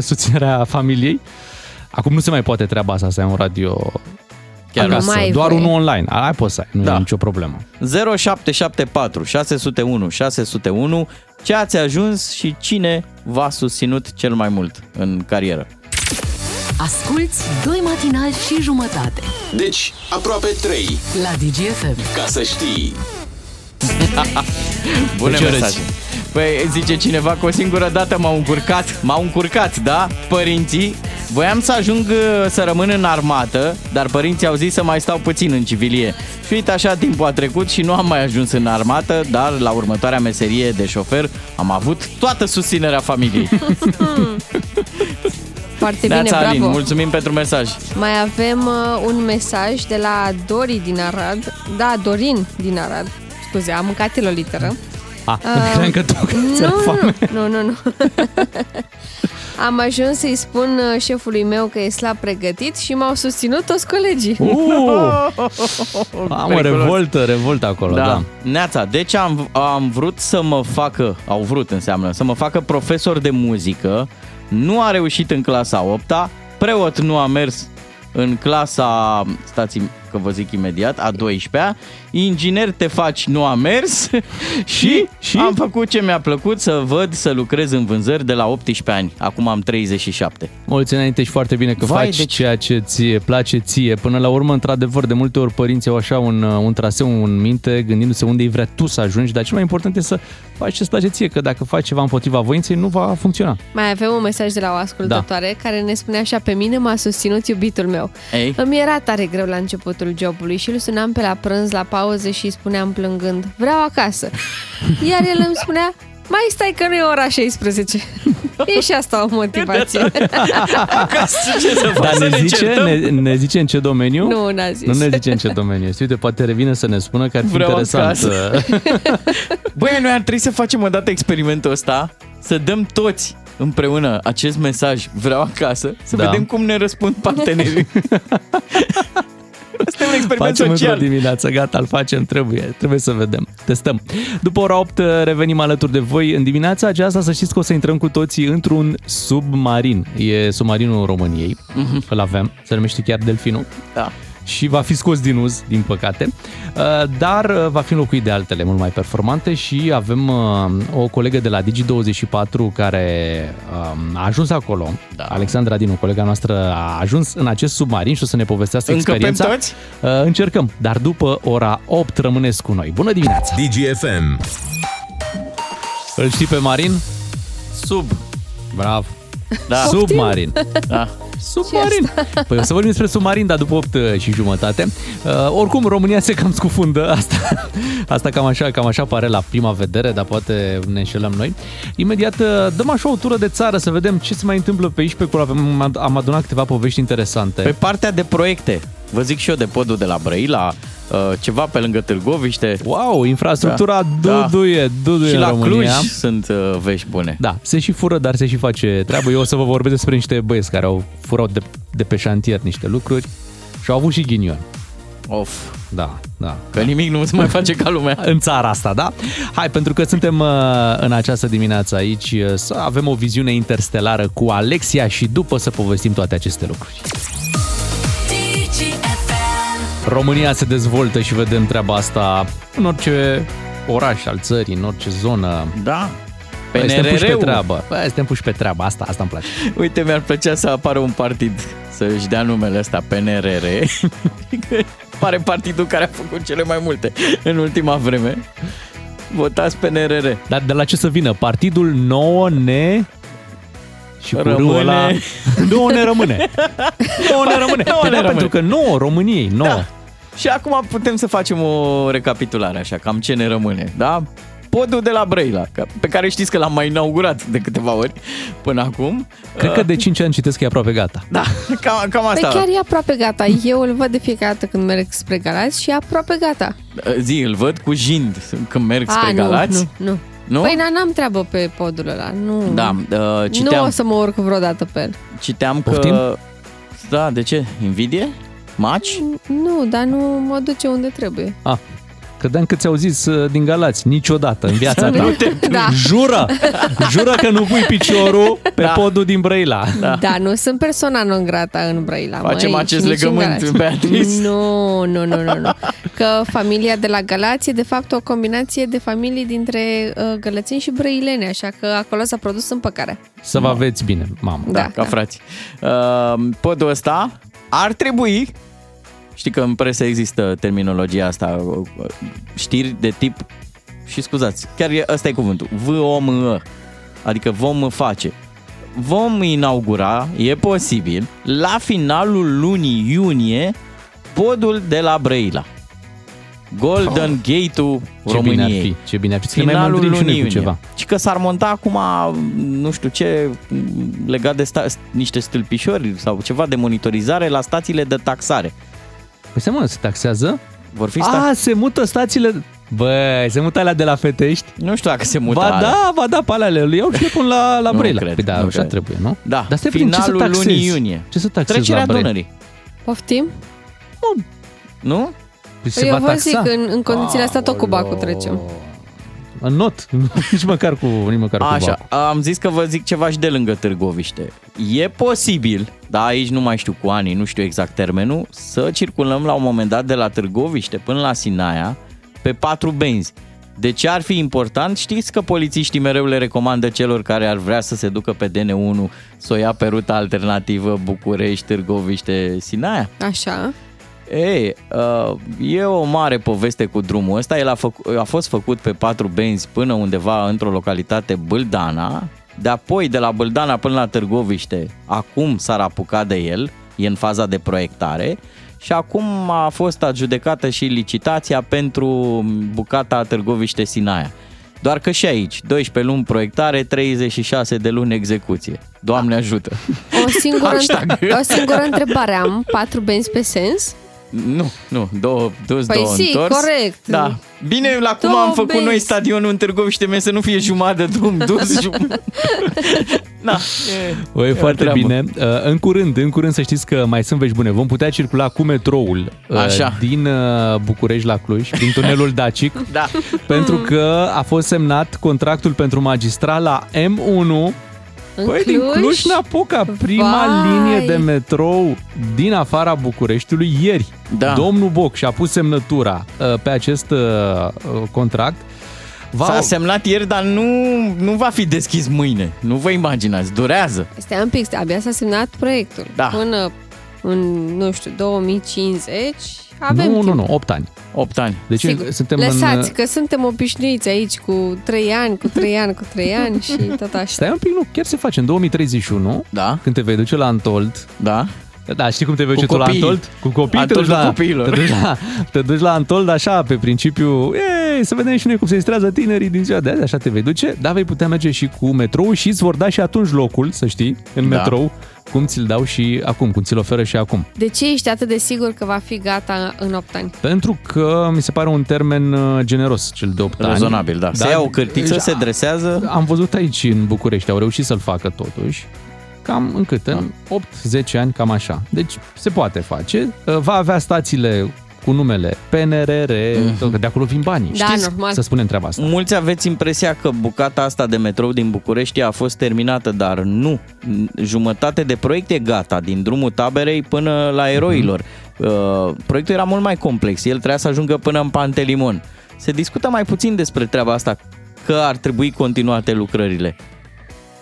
S3: susținerea familiei. Acum nu se mai poate treaba asta, să ai un radio
S5: Chiar nu.
S3: acasă,
S5: Mai ai
S3: doar
S5: voie.
S3: unul online. Aia poți să ai, nu da.
S5: Da.
S3: e nicio problemă.
S5: 0774 601 601 ce ați ajuns și cine v-a susținut cel mai mult în carieră.
S1: Asculți doi matinali și jumătate
S14: Deci, aproape 3.
S1: la DGFM.
S14: Ca să știi.
S5: Bune
S14: ce
S5: mesaje. Păi zice cineva că o singură dată m-au încurcat, m-au încurcat, da? Părinții, voiam să ajung uh, să rămân în armată, dar părinții au zis să mai stau puțin în civilie. Și uite așa timpul a trecut și nu am mai ajuns în armată, dar la următoarea meserie de șofer am avut toată susținerea familiei.
S4: Foarte
S3: Da,
S4: bine,
S5: Neața Alin,
S4: bravo.
S5: mulțumim pentru mesaj.
S4: Mai avem uh, un mesaj de la Dori din Arad. Da, Dorin din Arad. Scuze, am mâncat el o literă.
S3: Ah,
S4: Ah.
S3: cream că tu ți-era foame.
S4: Nu, nu, nu. Am ajuns să-i spun uh, șefului meu că e slab pregătit și m-au susținut toți colegii.
S3: Uh! Am o
S5: Periculos.
S3: revoltă, revoltă acolo, da. da.
S5: Neața, deci am, am vrut să mă facă, au vrut înseamnă, să mă facă profesor de muzică, nu a reușit în clasa 8 preot nu a mers în clasa, stați că vă zic imediat, a 12-a, inginer te faci, nu a mers și, și am făcut ce mi-a plăcut să văd să lucrez în vânzări de la 18 ani. Acum am 37.
S3: Mulți înainte și foarte bine că
S5: Vai,
S3: Vai, faci
S5: deci-
S3: deci... ceea ce ție place ție. Până la urmă, într-adevăr, de multe ori părinții au așa un, uh, un traseu în minte, gândindu-se unde îi vrea tu să ajungi, dar cel mai important e să faci ce-ți place ție, că dacă faci ceva împotriva voinței, nu va funcționa.
S4: Mai avem un mesaj de la o ascultătoare care ne spune așa, pe mine m-a susținut iubitul meu.
S5: Da. Ei?
S4: Îmi era tare greu la începutul jobului și îl sunam pe la prânz, la pauze și îi spuneam plângând, vreau acasă. Iar el îmi spunea, mai stai că nu e ora 16. e și asta o motivație.
S5: Da,
S3: Dar ne zice, ne, ne zice în ce domeniu?
S4: Nu, n-a zis.
S3: Nu ne zice în ce domeniu este. Uite, poate revine să ne spună că ar fi
S5: Vreau
S3: interesant. uh,
S5: acasă. Băi, noi ar trebui să facem odată experimentul ăsta, să dăm toți împreună acest mesaj vreau acasă, să
S3: Da.
S5: da. vedem cum ne răspund partenerii. Asta e un experiment
S3: Facem într-o
S5: social.
S3: dimineață, gata, îl facem, trebuie, trebuie să vedem, testăm. După ora 8 revenim alături de voi. În dimineața aceasta să știți că o să intrăm cu toții într-un submarin. E submarinul României,
S5: Mhm.
S3: îl avem, se numește chiar Delfinul.
S5: Da.
S3: Și va fi scos din uz, din păcate, Uh, dar uh, va fi înlocuit de altele mult mai performante și avem uh, o colegă de la Digi24 care um, a ajuns acolo. Da. Alexandra Dinu, colega noastră, a ajuns în acest submarin și o să ne povestească
S2: Încăpem
S3: experiența.
S2: toți?
S3: Uh, Încercăm, dar după ora 8 rămâneți cu noi. Bună dimineața!
S2: DGFM.
S3: Îl știi pe Marin?
S5: Sub.
S3: Brav.
S5: Da.
S3: Submarin.
S5: Da.
S3: Submarin. Păi o să vorbim despre submarin, dar după 8 și jumătate. Uh, oricum, România se cam scufundă. Asta, asta cam, așa, cam așa pare la prima vedere, dar poate ne înșelăm noi. Imediat uh, dăm așa o tură de țară să vedem ce se mai întâmplă pe aici, pe acolo. Avem, am adunat câteva povești interesante.
S5: Pe partea de proiecte, vă zic și eu de podul de la Brăila, uh, ceva pe lângă Târgoviște.
S3: Wow, infrastructura duduie, duduie
S5: Da. Și
S3: în
S5: la
S3: România.
S5: Cluj sunt uh, vești bune.
S3: Da, se și fură, dar se și face treabă. Eu o să vă vorbesc despre niște băieți care au furat de, de pe șantier niște lucruri și au avut și ghinion.
S5: Of.
S3: Da, da.
S5: Că nimic nu se mai face ca lumea.
S3: În țara asta, da? Hai, pentru că suntem uh, în această dimineață aici, uh, să avem o viziune interstelară cu Alexia și după să povestim toate aceste lucruri. România se dezvoltă și vedem treaba asta în orice oraș al țării, în orice zonă.
S5: Da.
S3: Păi, suntem puși pe
S5: PNRR-ul.
S3: treabă. Păi, suntem puși pe treabă. Asta, asta îmi place.
S5: Uite, mi-ar plăcea să apară un partid să-și dea numele ăsta, PNRR. Pare partidul care a făcut cele mai multe în ultima vreme. Votați PNRR.
S3: Dar de la ce să vină? Partidul nouă ne... Și cu
S5: Rămâne.
S3: rămâne... ăla... Nouă ne rămâne. Nouă ne rămâne.
S5: Nouă
S3: Păi
S5: ne
S3: da,
S5: rămâne.
S3: pentru că nouă României, nouă. Da.
S5: Și acum putem să facem o recapitulare, așa, cam ce ne rămâne, da? Podul de la Brăila, ca- pe care știți că l-am mai inaugurat de câteva ori până acum. Uh,
S3: Cred că de 5 ani citesc că e aproape gata.
S5: Da, cam, cam
S4: Păi
S5: asta.
S4: chiar e aproape gata. Eu îl văd de fiecare dată când merg spre Galați și e aproape gata.
S5: uh, Zi, îl văd cu jind când merg spre
S4: A, nu,
S5: Galați.
S4: Nu, nu.
S5: Nu?
S4: Păi na, n-am treabă pe podul ăla. Nu.
S5: Da, uh, citeam...
S4: Nu o să mă urc vreodată pe el.
S5: Citeam că...
S4: Poftim?
S5: Da, de ce? Invidie? Maci?
S4: Nu, dar nu mă duce unde trebuie.
S3: Ah. Credeam că ți-au zis uh, din Galați, niciodată în viața ta.
S4: Nu te- Da.
S3: Jură! Jură că nu pui piciorul pe
S5: Da.
S3: podul din Brăila.
S4: Da. nu sunt persoana non grata în Brăila.
S5: Facem
S4: măi,
S5: acest
S4: și nici în
S5: legământ,
S4: Galați.
S5: Beatrice.
S4: Nu, nu, nu, nu, nu. Că familia de la Galați e de fapt o combinație de familii dintre uh, gălățeni și brăilene, așa că acolo s-a produs împăcarea.
S3: Să vă aveți bine, mamă.
S5: Da, ca frați. Uh, podul ăsta ar trebui, știi că în presă există terminologia asta, uh, uh, știri de tip, și scuzați, chiar e- ăsta e cuvântul, vom adică vom face. Vom inaugura, e posibil, la finalul lunii iunie, podul de la Brăila. Golden Gate-ul
S3: Oh, Ce
S5: României.
S3: bine ar fi, ce bine ar fi. Să ne mai
S5: Finalul
S3: mândrim și
S5: lunii
S3: noi cu
S5: iunie.
S3: ceva.
S5: Și că s-ar monta acum, nu știu ce, legat de sta- niște stâlpișori sau ceva de monitorizare la stațiile de taxare.
S3: Păi se mă, se taxează?
S5: Vor fi sta-
S3: A, se mută stațiile... Băi, se mută alea de la Fetești?
S5: Nu știu dacă se mută
S3: Ba
S5: alea.
S3: da, ba da, pe alea le iau și le pun la, la
S5: Nu
S3: Brăila.
S5: cred,
S3: Păi da,
S5: nu
S3: așa
S5: cred.
S3: trebuie, nu?
S5: Da,
S3: Dar stai puțin, ce să
S5: finalul
S3: taxezi?
S5: lunii iunie.
S3: Ce să taxezi
S5: Trecerea
S3: la Brăila?
S5: Dunării,
S4: Poftim?
S5: nu?
S3: Păi
S4: Eu vă zic, în, în condițiile astea tot cu bacul trecem.
S3: În not, nici măcar cu, nici măcar cu
S5: Așa,
S3: bacul.
S5: am zis că vă zic ceva și de lângă Târgoviște. E posibil, dar aici nu mai știu cu ani, nu știu exact termenul, să circulăm la un moment dat de la Târgoviște până la Sinaia pe patru benzi. De ce ar fi important? Știți că polițiștii mereu le recomandă celor care ar vrea să se ducă pe DN1 să o ia pe ruta alternativă București, Târgoviște, Sinaia?
S4: Așa.
S5: Ei, uh, e o mare poveste cu drumul ăsta. El a, făc- a fost făcut pe patru benzi până undeva într-o localitate Bâldana, de apoi de la Bâldana până la Târgoviște. Acum s-ar apucat de el, e în faza de proiectare și acum a fost adjudecată și licitația pentru bucata Târgoviște-Sinaia. Doar că și aici, 12 luni proiectare, 36 de luni execuție. Doamne ajută!
S4: O singură,
S5: Hashtag.
S4: o singură întrebare am, patru benzi pe sens?
S5: Nu, nu, două, dus,
S4: Păi
S5: două
S4: si,
S5: întors.
S4: corect.
S5: Da. Bine, la cum
S4: Două
S5: am făcut
S4: benzi.
S5: noi stadionul în Târgoviște, mie să nu fie jumătate de drum, dus, jumătate. Na, e,
S3: O, e
S5: e
S3: foarte
S5: treabă.
S3: bine. Uh, În curând, în curând să știți că mai sunt vești bune. Vom putea circula cu metroul uh,
S5: Așa.
S3: din uh, București la Cluj, din tunelul Dacic,
S5: Da.
S3: pentru că a fost semnat contractul pentru magistrala M1
S4: În
S3: Păi, din Cluj-Napoca, prima
S4: Vai.
S3: linie de metrou din afara Bucureștiului ieri.
S5: Da.
S3: Domnul Boc și-a pus semnătura uh, pe acest uh, uh, contract.
S5: S-a semnat ieri, dar nu, nu va fi deschis mâine. Nu vă imaginați, durează.
S4: Stai un pic, abia s-a semnat proiectul.
S5: Da.
S4: Până în, nu știu, 2050 avem
S3: nu,
S4: timp.
S3: nu, nu, 8 ani.
S5: 8 ani.
S3: Deci
S4: Sigur.
S3: suntem
S4: Lăsați,
S3: în... uh,
S4: că suntem obișnuiți aici cu 3 ani, cu 3 ani, cu 3 ani și tot așa.
S3: Stai un pic, nu, chiar se face în 2031,
S5: da.
S3: când te vei duce la Antold.
S5: Da.
S3: Da, știi cum te vei
S5: Cu
S3: duce tu la
S5: copiii.
S3: Antold? Cu copiii te
S5: Antoldul
S3: duci, la,
S5: copiilor.
S3: te duci la, te duci la Antold așa, pe principiu, ei, să vedem și noi cum se distrează tinerii din ziua de azi, așa te vei duce, dar vei putea merge și cu metrou și îți vor da și atunci locul, să știi, în
S5: Da.
S3: metrou, cum ți-l dau și acum, cum ți-l oferă și acum.
S4: De ce ești atât de sigur că va fi gata în 8 ani?
S3: Pentru că mi se pare un termen uh, generos, cel de 8 ani. deci
S5: Rezonabil, da. Se ia o cârtiță, se dresează.
S3: Am văzut aici în București, au reușit să-l facă totuși. Cam în cât? În
S5: Da.
S3: 8-10 ani, cam așa. Deci se poate face. Uh, Va avea stațiile cu numele PNRR, mm-hmm.
S5: Mhm.
S3: de acolo vin banii.
S4: Da,
S3: Știți
S4: normal.
S3: Să spunem treaba asta.
S5: Mulți aveți impresia că bucata asta de metrou din București a fost terminată, dar nu. Jumătate de proiect e gata, din drumul taberei până la eroilor.
S3: Mhm.
S5: Uh, proiectul era mult mai complex, el trebuia să ajungă până în Pantelimon. Se discută mai puțin despre treaba asta, că ar trebui continuate lucrările.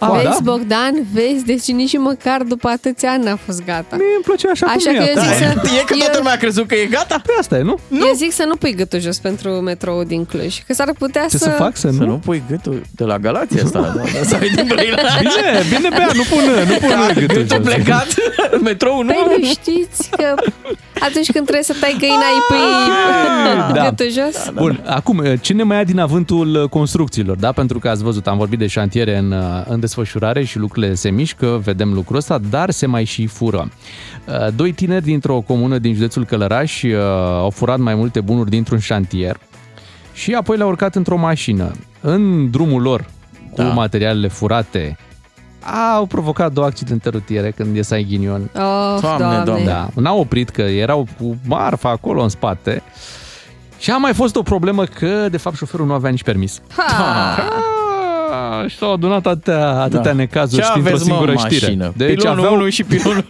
S4: A,
S5: A,
S4: vezi,
S5: da?
S4: Bogdan, vezi, deci nici măcar după atâția ani n-a fost gata.
S3: Mie îmi place așa,
S4: așa
S5: cum
S4: că
S5: e.
S4: eu zic,
S5: Da,
S4: să,
S5: e că toată lumea a crezut că e gata?
S3: Păi asta e, nu?
S4: eu zic să nu pui gâtul jos pentru metroul din Cluj, că s-ar putea să...
S5: Să nu pui gâtul de la Galația asta. da, da, să ai din Brăila.
S3: Bine, bine, Bea, nu pun, nu pun
S5: Da,
S3: gâtul jos.
S5: plecat, metrou nu.
S4: Păi nu știți că atunci când trebuie să tai găina, îi pui
S3: Da.
S4: gâtul Ah, jos?
S3: Bun, acum, eh, cine mai ia din avântul construcțiilor, da? Pentru că ați văzut, am vorbit de șantiere în, eh, în desfășurare și lucrurile se mișcă, vedem lucrul ăsta, dar se mai și fură. Eh, Doi tineri dintr-o comună din județul Călăraș uh, au furat mai multe bunuri dintr-un șantier și apoi le-au urcat într-o mașină. În drumul lor, cu da. materialele furate, au provocat două accidente rutiere când iesa ghinion.
S4: Oh, Of, Doamne, Doamne.
S3: Da, n-au oprit că erau cu marfa acolo în spate Și a mai fost o problemă că, de fapt, șoferul nu avea nici permis.
S4: Ha!
S3: Ah, Și s-au adunat atâtea, atâtea da. necazuri
S5: Ce
S3: și dintr-o
S5: aveți, mă,
S3: singură
S5: în
S3: știre. Deci
S5: mașină? Pilonul 1 și
S3: pilonul...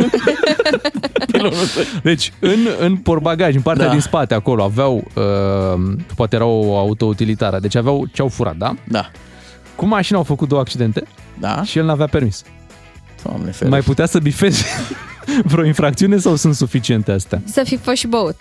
S3: deci, în, în portbagaj, în partea da.
S5: Da.
S3: din spate, acolo, aveau... Uh, poate era o autoutilitară. Deci aveau ce au furat, da?
S5: Da.
S3: Cu mașina au făcut două accidente
S5: da.
S3: și el n-avea permis.
S5: Doamne
S3: Mai putea să bifeze vreo infracțiune sau sunt suficiente astea?
S4: Să fi fost și băut.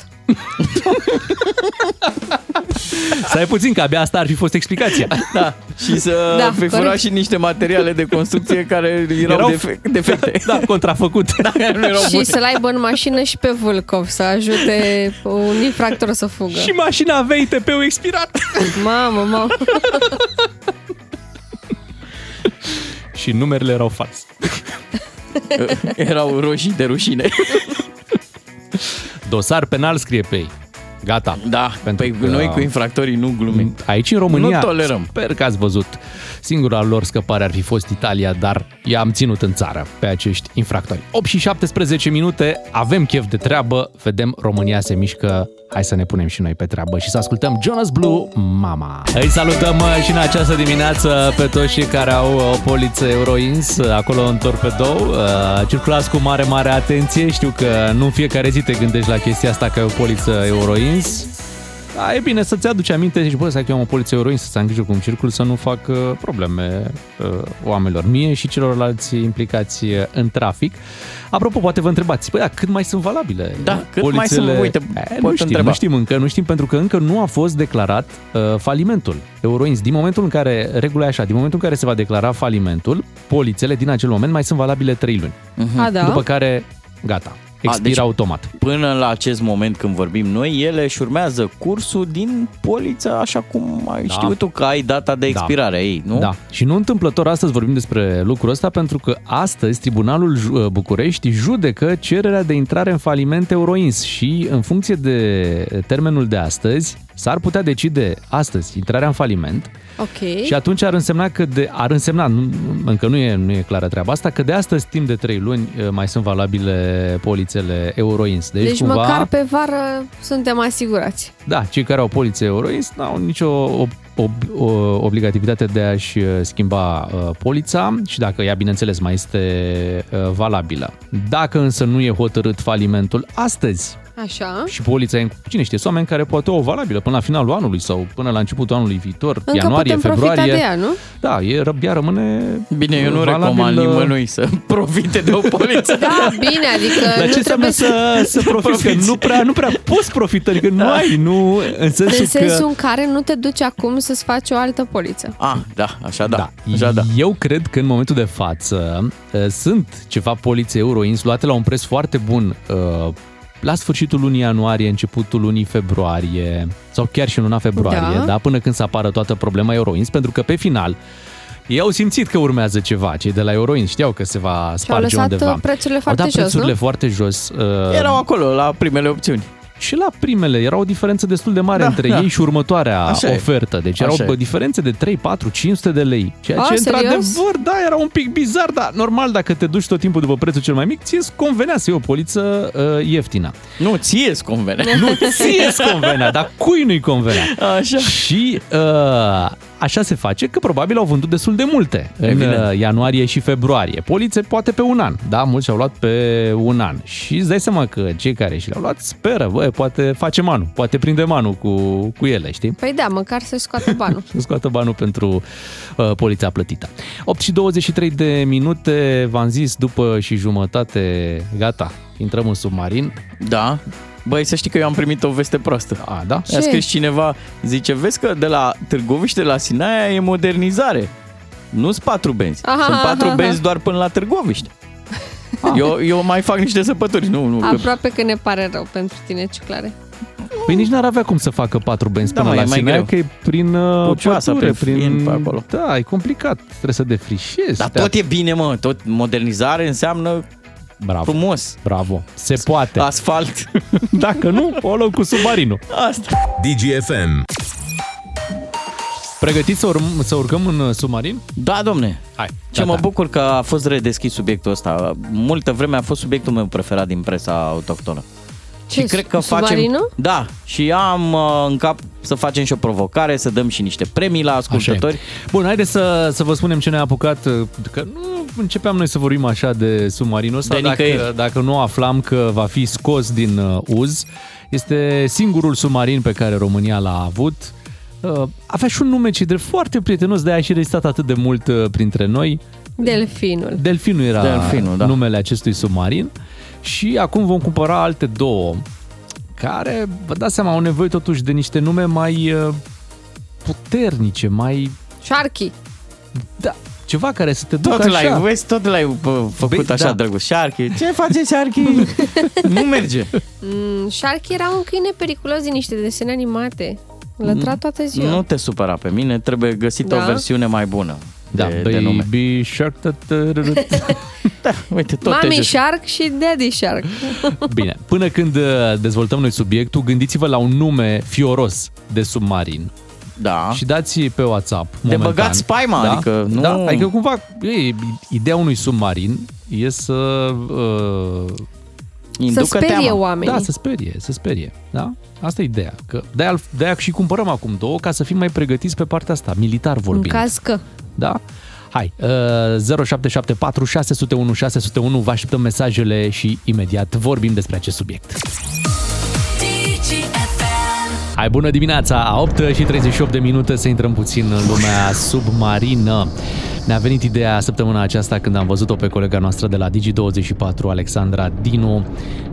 S3: Să ai puțin, că abia asta ar fi fost explicația.
S5: Da. Și să
S4: Da,
S5: da, fi fura
S4: corect.
S5: și niște materiale de construcție care erau,
S3: Erau-
S5: erau... Defect, defecte.
S3: Da, contrafăcute.
S5: Da, nu erau
S4: și
S5: bune.
S4: să-l aibă în mașină și pe Vulcov să ajute un infractor să fugă.
S3: Și mașina avea ITP-ul expirat.
S4: Mamă, mamă.
S3: Și numerele erau false.
S5: erau roșii de rușine.
S3: Dosar penal scrie pe ei. Gata.
S5: Da,
S3: Pentru
S5: păi noi cu infractorii nu glumim.
S3: Aici în România
S5: Nu tolerăm.
S3: Sper că ați văzut. Singura lor scăpare ar fi fost Italia, dar i-am ținut în țară pe acești infractori. 8 și 17 minute, avem chef de treabă, vedem România se mișcă. Hai să ne punem și noi pe treabă și să ascultăm Jonas Blue, Mama. Îi salutăm mă, și în această dimineață pe toți cei care au uh, o poliță Euroins uh, acolo în torpedou. Uh, Circulați cu mare, mare atenție. Știu că nu în fiecare zi te gândești la chestia asta că e o poliță Euroins. Da, e bine să-ți aduci aminte, zici, bă, să că eu am o poliție euroin, să-ți am grijă cum circul, să nu fac uh, probleme uh, oamenilor mie și celorlalți implicați uh, în trafic. Apropo, poate vă întrebați, băi, da, cât mai sunt valabile
S5: Da, cât mai sunt? Uite,
S3: e, nu
S5: pot
S3: știm,
S5: întreba.
S3: nu știm încă, nu știm, pentru că încă nu a fost declarat uh, falimentul Euroins. Din momentul în care, regula e așa, din momentul în care se va declara falimentul, polițele din acel moment mai sunt valabile 3 luni.
S5: Mhm. A, da?
S3: După care, gata, expiră
S5: deci-
S3: automat.
S5: Până la acest moment când vorbim noi, ele își urmează cursul din poliță, așa cum ai da. știut tu că ai data de expirare a ei, nu?
S3: Da. Și nu întâmplător astăzi vorbim despre lucrul ăsta pentru că astăzi Tribunalul Ju- uh, București judecă cererea de intrare în faliment Euroins și în funcție de termenul de astăzi s-ar putea decide astăzi intrarea în faliment
S4: Ok.
S3: și atunci ar însemna că de, ar însemna, nu, încă nu e, nu e clară treaba asta, că de astăzi timp de 3 luni uh, mai sunt valabile polițele Euroins. Deci,
S4: Deci,
S3: cumva,
S4: măcar pe vară suntem asigurați.
S3: da, cei care au polițe Euroins n-au nicio ob- ob- o- obligativitate de a-și uh, schimba uh, polița și dacă ea, bineînțeles, mai este uh, valabilă. Dacă însă nu e hotărât falimentul astăzi
S4: Așa.
S3: și polița e, în- cine știe, sunt oameni care poate o au valabilă până la finalul anului sau până la începutul anului viitor,
S4: Încă
S3: ianuarie,
S4: putem
S3: februarie.
S4: profita de ea, nu?
S3: Da, e, abia rămâne
S5: Bine, eu nu
S3: valabilă-
S5: recomand nimănui să profite de o poliță.
S4: Da, bine, adică
S3: Dar
S4: nu
S3: ce
S4: trebuie Da.
S3: înseamnă să, să profiți? Că nu prea, nu prea poți profita, adică nu ai, nu, în sensul,
S4: În sensul
S3: că...
S4: în care nu te duci acum să-ți faci o altă poliță.
S5: Ah, da, așa da. da.
S3: Așa, da. Eu cred că în momentul de față uh, sunt ceva polițe euroins luate la un preț foarte bun uh, la sfârșitul lunii ianuarie, începutul lunii februarie sau chiar și în luna februarie,
S5: Da.
S3: da. da, până când se apară toată problema euroins, pentru că pe final ei au simțit că urmează ceva, cei de la Euroins știau că se va
S4: au
S3: sparge
S4: lăsat
S3: undeva.
S4: uh, prețurile
S3: au
S4: foarte
S3: dat
S4: jos,
S3: prețurile
S4: nu?
S3: foarte jos. Uh,
S5: Erau acolo, la primele opțiuni.
S3: și la primele era o diferență destul de mare
S5: Da,
S3: între
S5: da.
S3: ei și următoarea
S5: Așa e.
S3: ofertă. Deci erau
S5: Așa e.
S3: bă, diferențe de 3, 4, 500 de lei. Ceea
S5: A,
S3: ce,
S5: serios?
S3: într-adevăr, da, era un pic bizar, dar normal, dacă te duci tot timpul după prețul cel mai mic, ție-ți convenea să iei o poliță uh, ieftină.
S5: Nu, ție-ți convenea.
S3: Nu, ție-ți convenea, Păi, dar cui nu-i convenea?
S5: Așa.
S3: Și uh, așa se face că probabil au vândut destul de multe în
S5: Evident.
S3: uh, ianuarie și februarie. Polițe poate pe un an, da? Mulți au luat pe un an. Și îți dai seama că cei care și le-au luat speră, bă, poate facem anul, poate prindem anul cu, cu ele, știi?
S4: Păi da, măcar să-și scoată banul.
S3: să scoată banul pentru uh, poliția plătită. 8 și 23 de minute, v-am zis, după și jumătate, gata, intrăm în submarin.
S5: Da. Băi, să știi că eu am primit o veste proastă.
S3: A, da?
S5: A
S3: Ce?
S5: scris cineva, zice, vezi că de la Târgoviște la Sinaia e modernizare. Nu sunt patru benzi.
S4: Aha,
S5: Aha, sunt patru
S4: aha, Ah.
S5: aha, benzi
S4: aha.
S5: doar până la Târgoviște. Eu, eu mai fac niște săpături. Nu, nu. Că...
S4: Aproape că ne pare rău pentru tine, Ciuclare.
S3: Păi nici n-ar avea cum să facă patru benzi
S5: Da,
S3: până
S5: mă,
S3: la
S5: e mai
S3: Sinaia,
S5: greu.
S3: că e prin uh,
S5: Pucioasa,
S3: pădure,
S5: prin fien, pe acolo.
S3: Da, e complicat, trebuie să defrișezi.
S5: Dar tot e bine, mă. Tot modernizare înseamnă
S3: Bravo.
S5: frumos.
S3: Bravo. Se poate.
S5: Asfalt.
S3: Dacă nu, o luăm cu submarinul.
S5: Asta.
S2: DGFM.
S3: Pregătiți să, urm- să urcăm în uh, submarin?
S5: Da, domne.
S3: Hai.
S5: Ce mă bucur că a fost redeschis subiectul ăsta. Multă vreme a fost subiectul meu preferat din presa autohtonă. și cred că
S4: submarinul?
S5: facem... Da, și am uh, în cap să facem și o provocare, să dăm și niște premii la ascultători.
S3: Bun, haideți să, să vă spunem ce ne-a apucat, uh, că nu începeam noi să vorbim așa de submarinul ăsta,
S5: De
S3: dacă,
S5: nicăieri.
S3: dacă nu aflam că va fi scos din uh, uz. Este singurul submarin pe care România l-a avut. Uh, Avea și un nume ce drept foarte prietenos, de-aia a și rezistat atât de mult uh, printre noi.
S4: Delfinul.
S3: Delfinul era
S5: Delfinul,
S3: Delfinul,
S5: da.
S3: da. numele acestui submarin și acum vom cumpăra alte două care, vă dați seama, au nevoie totuși de niște nume mai uh, puternice, mai
S4: Sharky.
S3: da, ceva care să te ducă
S5: Tot
S3: așa.
S5: l-ai, vezi, tot l-ai bă, făcut
S3: Be-
S5: așa,
S3: da.
S5: drăguț. Sharky, ce face Sharky? nu merge.
S4: Mm, Sharky era un câine periculos din niște desene animate. Lătra toată ziua.
S5: Mhm. Mm. Nu te supăra pe mine, trebuie găsită
S4: Da.
S5: o versiune mai bună. Da, de, de
S3: baby
S5: nume.
S3: shark da,
S5: uite, tot te
S4: Mami
S5: găsi-
S4: Shark și Daddy Shark.
S3: Bine, până când uh, dezvoltăm noi subiectul, gândiți-vă la un nume fioros de submarin.
S5: Da.
S3: Și dați pe WhatsApp. momentan.
S5: băgați spaima, adică nu-
S3: Da, adică cumva, e, ideea unui submarin e să... Uh,
S4: Inducă sperie teama. oamenii.
S3: Da, să sperie, să sperie. Da? Asta e ideea. Că de-aia, de-aia și cumpărăm acum două ca să fim mai pregătiți pe partea asta, militar
S4: În
S3: vorbind.
S4: caz că...
S3: Da? Hai, uh, 0774 601 601, vă așteptăm mesajele și imediat vorbim despre acest subiect. Hai, bună dimineața! A 8 și 38 de minute să intrăm puțin în lumea submarină. Ne-a venit ideea săptămâna aceasta când am văzut-o pe colega noastră de la Digi24, Alexandra Dinu,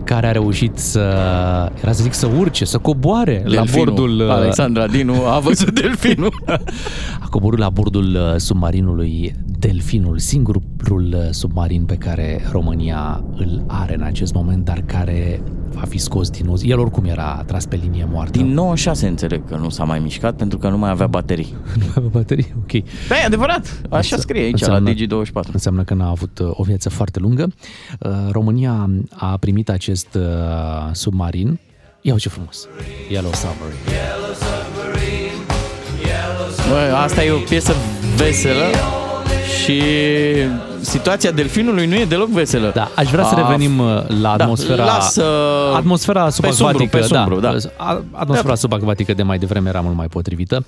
S3: care a reușit să, era să zic, să urce, să coboare la
S5: Delfinul.
S3: bordul... uh,
S5: Alexandra Dinu a văzut delfinul.
S3: a coborât la bordul uh, submarinului Delfinul, singurul uh, submarin pe care România îl are în acest moment, dar care va fi scos din uz. El oricum era tras pe linie moartă.
S5: Din 96 înțeleg că nu s-a mai mișcat pentru că nu mai avea baterii.
S3: Nu avea baterie? Ok.
S5: Da, e adevărat. Așa scrie aici la Digi.
S3: Digi24. Înseamnă că n-a avut uh, o viață foarte lungă. Uh, România a primit acest uh, submarin. Iau ce frumos! Yellow Submarine.
S5: Bă, asta e o piesă veselă și situația delfinului nu e deloc veselă. Da,
S3: aș vrea să revenim uh, la atmosfera
S5: lasă
S3: atmosfera
S5: pe
S3: subacvatică,
S5: sumbru, pe sumbru,
S3: da.
S5: da.
S3: A- Atmosfera
S5: Da.
S3: subacvatică de mai devreme era mult mai potrivită.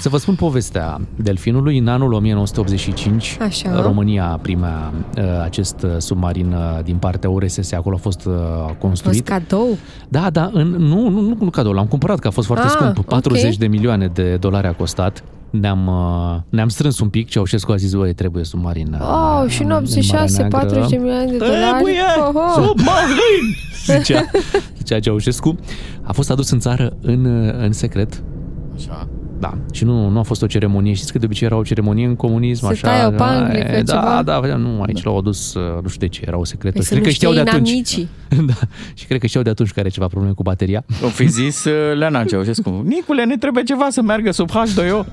S3: Să vă spun povestea delfinului în anul 1985
S4: Așa.
S3: România primea uh, acest uh, submarin uh, din partea URSS, acolo a fost uh,
S4: Fost
S3: construit.
S4: cadou.
S3: Da, da, în, nu, nu, nu, nu cadou, l-am cumpărat, că a fost foarte
S4: Ah,
S3: ah, scump.
S4: ok.
S3: 40 de milioane de dolari a costat. Ne-am, uh, ne-am strâns un pic, Ceaușescu a zis, "Băi, trebuie submarin. uh,
S5: Da,
S4: Oh, și în
S3: în Marea
S4: 86,
S3: Neagră."
S4: 40 de milioane de
S5: Ă,
S4: dolari.
S5: Trebuie
S4: Oho.
S5: submarin!
S3: zicea, zicea Ceaușescu, a fost adus în țară în, în secret. Așa. Da, și nu, nu a fost o ceremonie. Știți că de obicei era o ceremonie în comunism,
S4: Se
S3: așa.
S4: taie o panglică,
S3: da,
S4: ceva?
S3: da, da, nu, aici l-au adus, uh, nu știu de ce, era o secretă.
S4: Păi
S3: Și
S4: să
S3: cred
S4: nu
S3: că știau de
S4: știi
S3: atunci.
S4: inamicii.
S3: da, și cred că știau de atunci că are ceva probleme cu bateria.
S5: O fi zis uh, Leana Ceaușescu. Nicule, ne trebuie ceva să meargă sub H2O.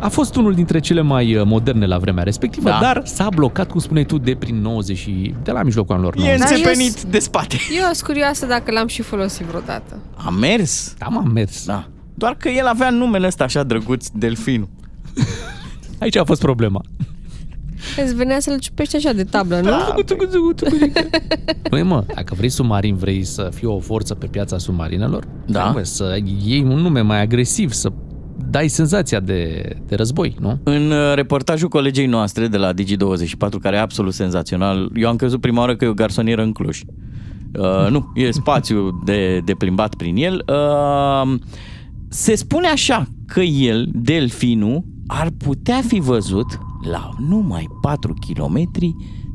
S3: A fost unul dintre cele mai uh, moderne la vremea respectivă,
S5: Da.
S3: da. dar s-a blocat, cum spuneai tu, de prin 90 și de la mijlocul anilor
S5: E
S3: 90.
S5: înțepenit de spate.
S4: Da, Eu sunt curioasă dacă l-am și folosit vreodată.
S5: A mers?
S3: Da, m-a mers.
S5: Da. Doar că el avea numele ăsta așa drăguț, delfinul.
S3: Aici a fost problema.
S4: Îți venea să-l ciupești așa de tablă, nu?
S5: Da,
S3: Păi mă, dacă vrei submarin, vrei să fii o forță pe piața submarinelor, da. trebuie să iei un nume mai agresiv, să dai senzația de, de război, nu?
S5: În uh, reportajul colegei noastre de la Digi24, care e absolut senzațional, eu am crezut prima oară că e o garsonieră în Cluj. Uh, nu, e spațiu de, de plimbat prin el. Uh, se spune așa că el, delfinul, ar putea fi văzut la numai 4 km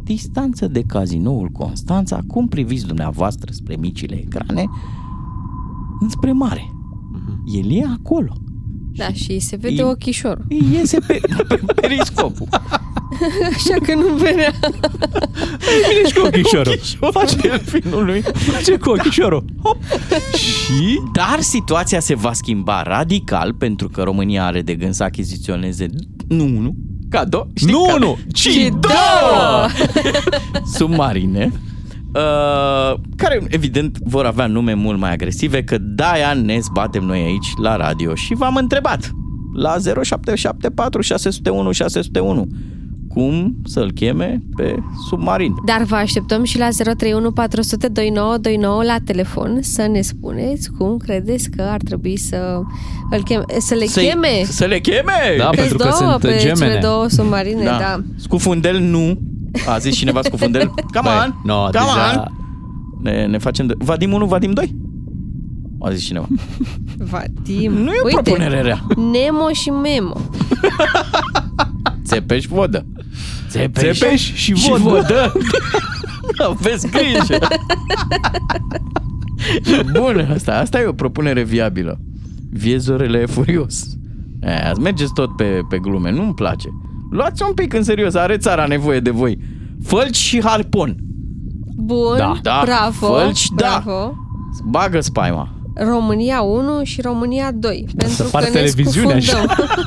S5: distanță de cazinoul Constanța, cum priviți dumneavoastră spre micile ecrane, înspre mare. El e acolo.
S4: Da, și se vede
S5: E-
S4: ochișor.
S5: Iese pe, pe periscopul.
S4: Așa că nu venea.
S3: Vine și cu ochișorul.
S5: Face delfinul lui. Da.
S3: Face Da. cu ochișorul.
S5: Și? Dar situația se va schimba radical pentru că România are de gând să achiziționeze nu unul, ca două, știi,
S3: Nu
S5: ca-
S3: unul,
S5: ci două submarine. Uh, care evident vor avea nume mult mai agresive că de-aia ne zbatem noi aici la radio și v-am întrebat la 0774 601 601 cum să-l cheme pe submarin.
S4: Dar vă așteptăm și la 031 400 2929 la telefon să ne spuneți cum credeți că ar trebui să, îl cheme, să le
S5: Să-i-
S4: cheme.
S5: Să le cheme!
S4: Pe două, pe cele două submarine, da. da.
S5: Scufundel nu. A zis cineva scufundel. Come
S4: Băi,
S5: on!
S4: no,
S5: Come
S4: deja-
S5: on! Ne, ne facem... De... Vadim 1, Vadim 2? A zis cineva.
S4: Vadim.
S5: Nu e o
S4: Uite,
S5: propunere rea.
S4: Nemo și Memo.
S5: Țepeș, vodă.
S3: Țepeș și vodă.
S5: Aveți grijă. Bun, asta, asta e o propunere viabilă. Viezorele e furios. E, ați mergeți tot pe, pe glume, nu-mi place. Luați un pic în serios, are țara nevoie de voi. Fălci și harpon.
S4: Bun,
S5: Da. Da.
S4: bravo.
S5: Fălci, da.
S4: bravo.
S5: Bagă spaima.
S4: România 1 și România 2. Pentru
S5: pară
S4: că ne
S5: televiziunea așa.
S4: scufundăm.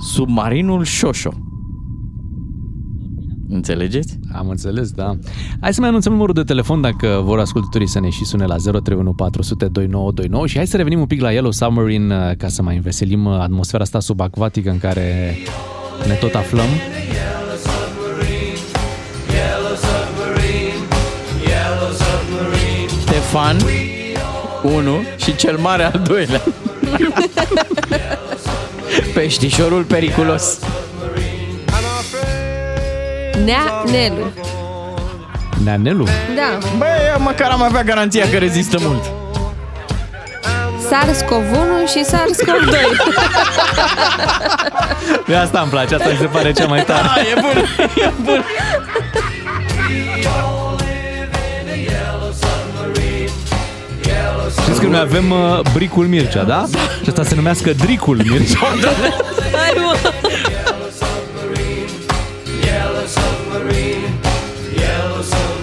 S5: Submarinul Șoșo. Înțelegeți?
S3: Am înțeles, da. Hai să mai anunțăm numărul de telefon dacă vor ascultătorii să ne și sune la 031402929 și hai să revenim un pic la Yellow Submarine uh, ca să mai înveselim uh, atmosfera asta subacvatică în care ne tot aflăm.
S5: Ștefan 1 și cel mare al doilea. Peștișorul periculos.
S4: Nea Nelu.
S3: Neanelu.
S4: Da.
S5: Băi, măcar am avea garanția că rezistă mult.
S4: SARS-CoV 1 și SARS-CoV 2.
S3: De asta îmi place, asta mi se pare cea mai tare.
S5: Da, e bun, e bun.
S3: Știți că noi avem uh, Bricul Mircea, da? Și asta se numească Dricul Mircea.
S4: Hai, mă.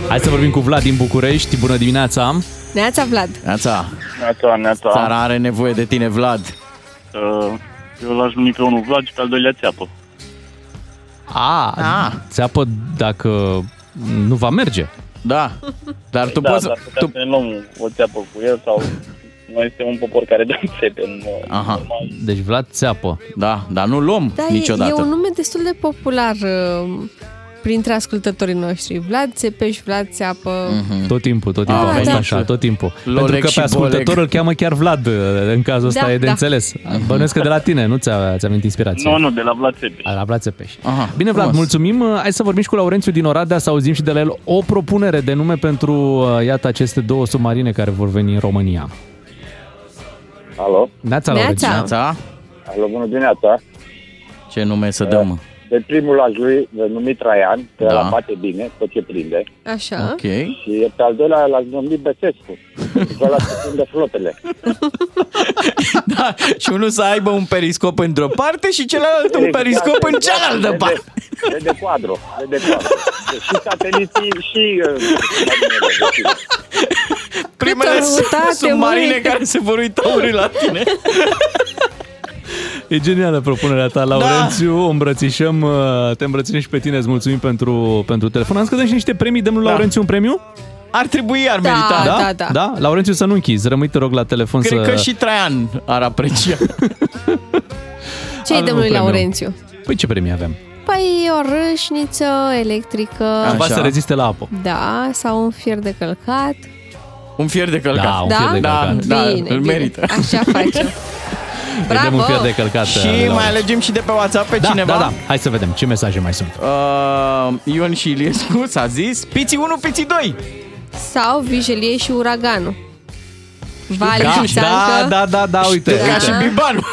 S3: Hai să vorbim cu Vlad din București. Bună dimineața!
S4: Neața Vlad.
S5: Neața.
S15: Neața, neața.
S5: Țara are nevoie de tine, Vlad.
S15: Uh, Eu l-aș numi pe unul Vlad și pe al doilea țeapă.
S3: A,
S5: A.
S3: țeapă dacă nu va merge.
S5: Da, dar
S15: da, dar putem tu... să ne luăm o țeapă cu el sau... Noi suntem un popor care dăm țepe în...
S5: Aha.
S3: Deci Vlad țeapă.
S5: Da, dar nu luăm
S4: Da, e,
S5: niciodată.
S4: e un nume destul de popular uh, printre ascultătorii noștri. Vlad Țepeș, Vlad Țeapă.
S3: Mm-hmm. Tot timpul, tot timpul
S4: Ah,
S3: a fost
S4: da.
S3: așa, tot timpul.
S5: Lolec
S3: Pentru că
S5: și
S3: pe ascultător
S5: Bolec.
S3: îl cheamă chiar Vlad, în cazul ăsta
S4: Da,
S3: e de
S4: da.
S3: înțeles. Bănuiesc că de la tine, nu ți-a, ți-a venit inspirația.
S15: Nu, nu, de la Vlad Țepeș.
S3: La Vlad Țepeș. Aha, Bine, Vlad, mulțumim. Hai să vorbim și cu Laurențiu din Oradea, să auzim și de la el o propunere de nume pentru, uh, iată, aceste două submarine care vor veni în România.
S15: Alo?
S3: Neața, Laurențiu.
S15: Alo, bună dimineața.
S5: Ce nume să dăm? mă?
S15: Pe primul aș lui numit Traian, că
S5: Da.
S15: da. bate bine, tot ce prinde.
S4: Așa.
S5: Ok.
S15: Și pe al doilea l-aș numi Besescu, că ăla se prinde flotele.
S5: Da, și unul să aibă un periscop într-o parte și celălalt un
S15: Exact.
S5: periscop în cealaltă parte.
S15: De, de quadro, de de quadro. Și sateliții și... uh,
S5: Primele
S15: Câtă răutate,
S5: submarine
S15: măi!
S5: care se vor uita urât la tine.
S3: E genială propunerea ta, Laurențiu. Da. Îmbrățișăm, uh, te îmbrățișăm și pe tine. Îți mulțumim pentru, pentru telefon. Am scădem și niște premii. Dăm lui da. Laurențiu un premiu?
S5: Ar trebui, ar
S3: Da,
S5: merita.
S3: da, da. da? Laurențiu, să nu închizi. Rămâi, te rog, la telefon
S5: Cred
S3: să...
S5: că și Traian ar aprecia.
S4: Ce-i
S3: Avem
S4: dăm
S3: un
S4: lui
S3: premiu.
S4: Laurențiu?
S3: Păi ce premii avem?
S4: Păi o râșniță electrică.
S3: Ceva să reziste la apă.
S4: Da, sau un fier de călcat.
S5: Un fier de călcat.
S3: Da, un fier de
S5: da,
S3: călcat.
S5: da,
S4: Bine,
S5: îl
S4: bine.
S5: merită.
S4: Așa facem.
S3: Bravo! Vedem un fier de călcat.
S5: Și
S3: uh, lui
S5: mai
S3: Laurențiu.
S5: alegem și de pe WhatsApp pe
S3: da,
S5: cineva.
S3: Da, da. Hai să vedem ce mesaje mai sunt.
S5: Uh, Ion și Iliescu s-a zis Piții 1, piții 2
S4: Sau vijelie și uraganul. Vale
S3: da,
S4: și
S3: da,
S4: țancă.
S3: da, da, da, uite.
S5: Știu ca
S3: uite.
S5: și Bibanul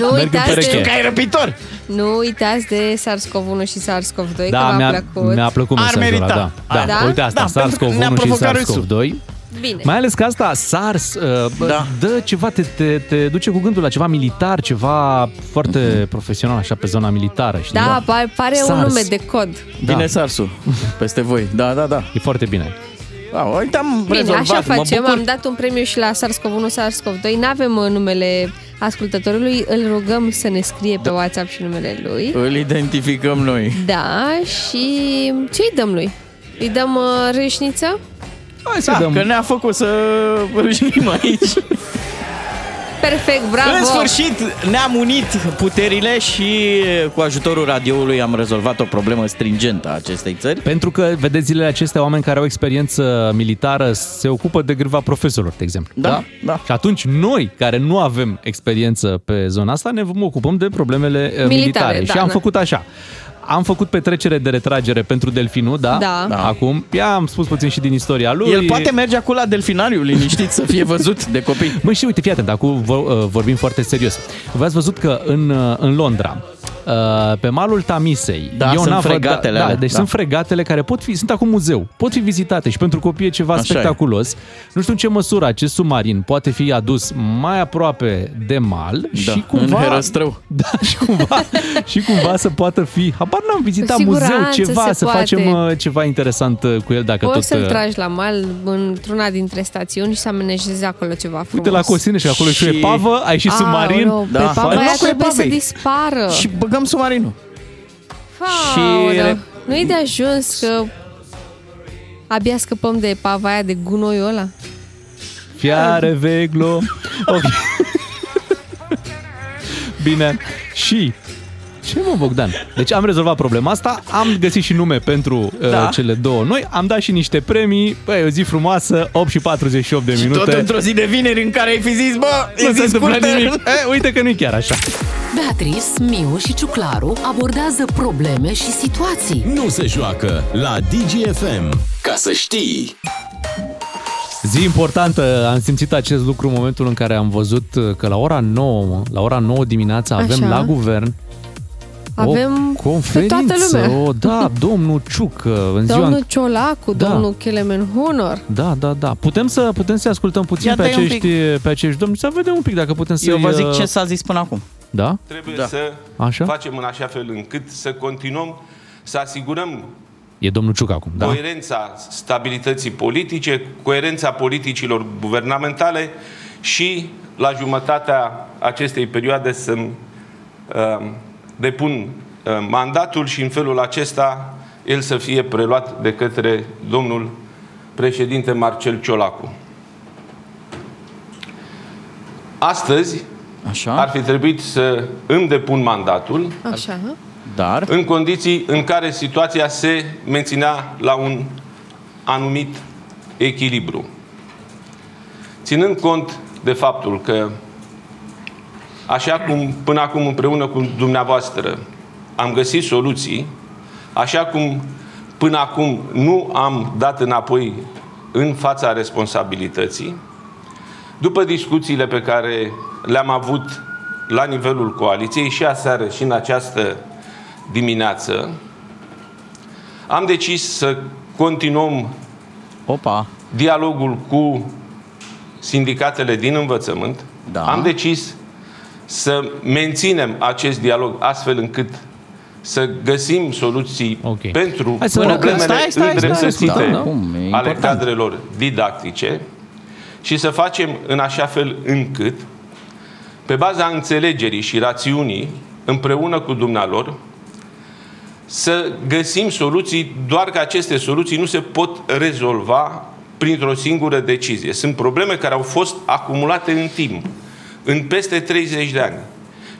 S4: Nu
S3: Merg în
S4: uitați,
S3: pereche.
S4: de,
S3: Știu că ai
S5: răpitor.
S4: nu uitați de SARS-CoV-1 și SARS-COV-2,
S3: Da,
S4: că v-a
S3: mi-a,
S4: plăcut.
S3: mi-a plăcut mesajul ăla, da. Da, uite asta,
S4: Da, pentru că
S3: SARS-CoV-1
S4: ne-a
S3: și
S4: provocat râsul.
S3: SARS-CoV-2.
S4: Bine.
S3: Mai ales că asta, SARS, uh, da. dă ceva, te, te, te duce cu gândul la ceva militar, ceva foarte profesional, așa, pe zona militară, știi?
S4: Da, pa- pare un
S3: SARS.
S4: nume de cod.
S5: Vine da. SARS-ul peste voi Da, da, da
S3: E foarte bine
S5: da, Uite, am
S4: Bine,
S5: rezolvat
S4: așa
S5: mă
S4: facem.
S5: bucur.
S4: Am dat un premiu și la SARS-CoV-1, SARS-CoV-2. N-avem uh, numele ascultătorului. Îl rugăm să ne scrie
S3: Da.
S4: pe WhatsApp și numele lui.
S5: Îl identificăm noi
S4: Da, și ce îi dăm lui? Îi dăm uh, râșniță?
S3: Hai
S5: da, că ne-a făcut să râșnim aici
S4: Perfect, bravo!
S5: În sfârșit ne-am unit puterile și cu ajutorul radioului am rezolvat o problemă stringentă a acestei țări.
S3: Pentru că, vedeți, zilele acestea, oameni care au experiență militară se ocupă de greva profesorilor, de exemplu.
S5: Da, da.
S3: Și atunci noi, care nu avem experiență pe zona asta, ne vom ocupăm de problemele militare.
S4: Militare,
S3: militare.
S4: da,
S3: și am
S4: da.
S3: făcut așa. Am făcut petrecere de retragere pentru delfinul, da?
S4: Da. Da.
S3: Acum, ia am spus puțin și din istoria lui.
S5: El poate merge acolo la delfinariu, liniștit, să fie văzut de copii.
S3: Mă, și uite, fii atent, acum vo- uh, vorbim foarte serios. V-ați văzut că în, uh, în Londra, uh, pe malul Tamisei,
S5: Da,
S3: e o
S5: sunt
S3: navă-
S5: fregatele
S3: da,
S5: alea,
S3: da, deci
S5: da.
S3: sunt fregatele care pot fi, sunt acum muzeu, pot fi vizitate și pentru copii e ceva
S5: Așa e.
S3: spectaculos. Nu știu în ce măsură acest submarin poate fi adus mai aproape de mal
S5: Da,
S3: și
S5: în
S3: cumva,
S5: Herăstrău.
S3: Da, și cumva, și cumva să poată fi, habar n-am vizitat
S4: Cu
S3: muzeu,
S4: siguranță
S3: ceva,
S4: se
S3: să
S4: poate.
S3: facem uh, ceva interesant uh, cu el dacă tot...
S4: Poți să-l
S3: uh,
S4: tragi la mal într-una dintre stațiuni și să amenejezi acolo ceva frumos.
S3: Uite la Cosine și acolo și o epavă, ai și submarin.
S4: Aoleu,
S3: Da.
S4: Pe papa
S3: În
S4: aia
S3: locul
S4: trebuie să
S3: epavei.
S4: dispară.
S5: Și băgăm submarinul.
S4: Faulă.
S5: Și-
S4: Nu e de ajuns că abia scăpăm de epava aia de gunoiul ăla.
S3: Fiare veglo. Ok. Bine. Și ce mă, Bogdan? Deci am rezolvat problema asta, am găsit și nume pentru da.
S5: Da.
S3: uh, cele două noi, am dat și niște premii, băi, o zi frumoasă, 8 și 48 de minute.
S5: Tot într-o zi de vineri în care ai fi zis, bă,
S3: nu
S5: e
S3: se
S5: zi
S3: întâmplă
S5: scurtă.
S3: nimic. E, uite că nu-i chiar așa.
S1: Beatrice, Miu și Ciuclaru abordează probleme și situații.
S2: Nu se joacă la DGFM. Ca să știi!
S3: Zi importantă, am simțit acest lucru în momentul în care am văzut uh, că la ora 9, mă, la ora 9 dimineața avem
S4: Așa.
S3: la guvern
S4: Avem
S3: o conferință.
S4: pe toată lumea.
S3: O, da, domnul Ciuc, uh, în ziua în
S4: Domnul Ciolacu,
S3: Da.
S4: domnul Kelemen Honor.
S3: Da, da, da. Putem să putem să ascultăm puțin
S5: Ia
S3: pe
S5: dai un
S3: acești, pe acești domni, să vedem un pic dacă putem să
S5: Eu vă zic ce s-a zis până acum.
S3: Da?
S16: Trebuie da. să
S3: Așa?
S16: Așa? facem în așa fel încât să continuăm să asigurăm
S3: E domnul Ciuc acum,
S16: da.
S3: da?
S16: coerența stabilității politice, coerența politicilor guvernamentale și la jumătatea acestei perioade să uh, depun uh, mandatul și în felul acesta el să fie preluat de către domnul președinte Marcel Ciolacu. Astăzi
S5: Așa.
S16: ar fi trebuit să îmi depun mandatul
S4: Așa.
S5: Dar?
S16: în condiții în care situația se menținea la un anumit echilibru. Ținând cont de faptul că, așa cum până acum împreună cu dumneavoastră am găsit soluții, așa cum până acum nu am dat înapoi în fața responsabilității, după discuțiile pe care le-am avut la nivelul coaliției și aseară și în această dimineață, am decis să continuăm
S5: Opa.
S16: dialogul cu sindicatele din învățământ. Da. Am decis să menținem acest dialog astfel încât să găsim soluții okay. pentru
S3: Hai să
S16: problemele
S3: vorbim. Stai, stai, stai,
S16: îndreptățite
S3: ascultăm, da. Cum, e
S16: ale
S3: important.
S16: cadrelor didactice și să facem în așa fel încât, pe baza înțelegerii și rațiunii, împreună cu dumnealor, să găsim soluții, doar că aceste soluții nu se pot rezolva printr-o singură decizie. Sunt probleme care au fost acumulate în timp, în peste 30 de ani.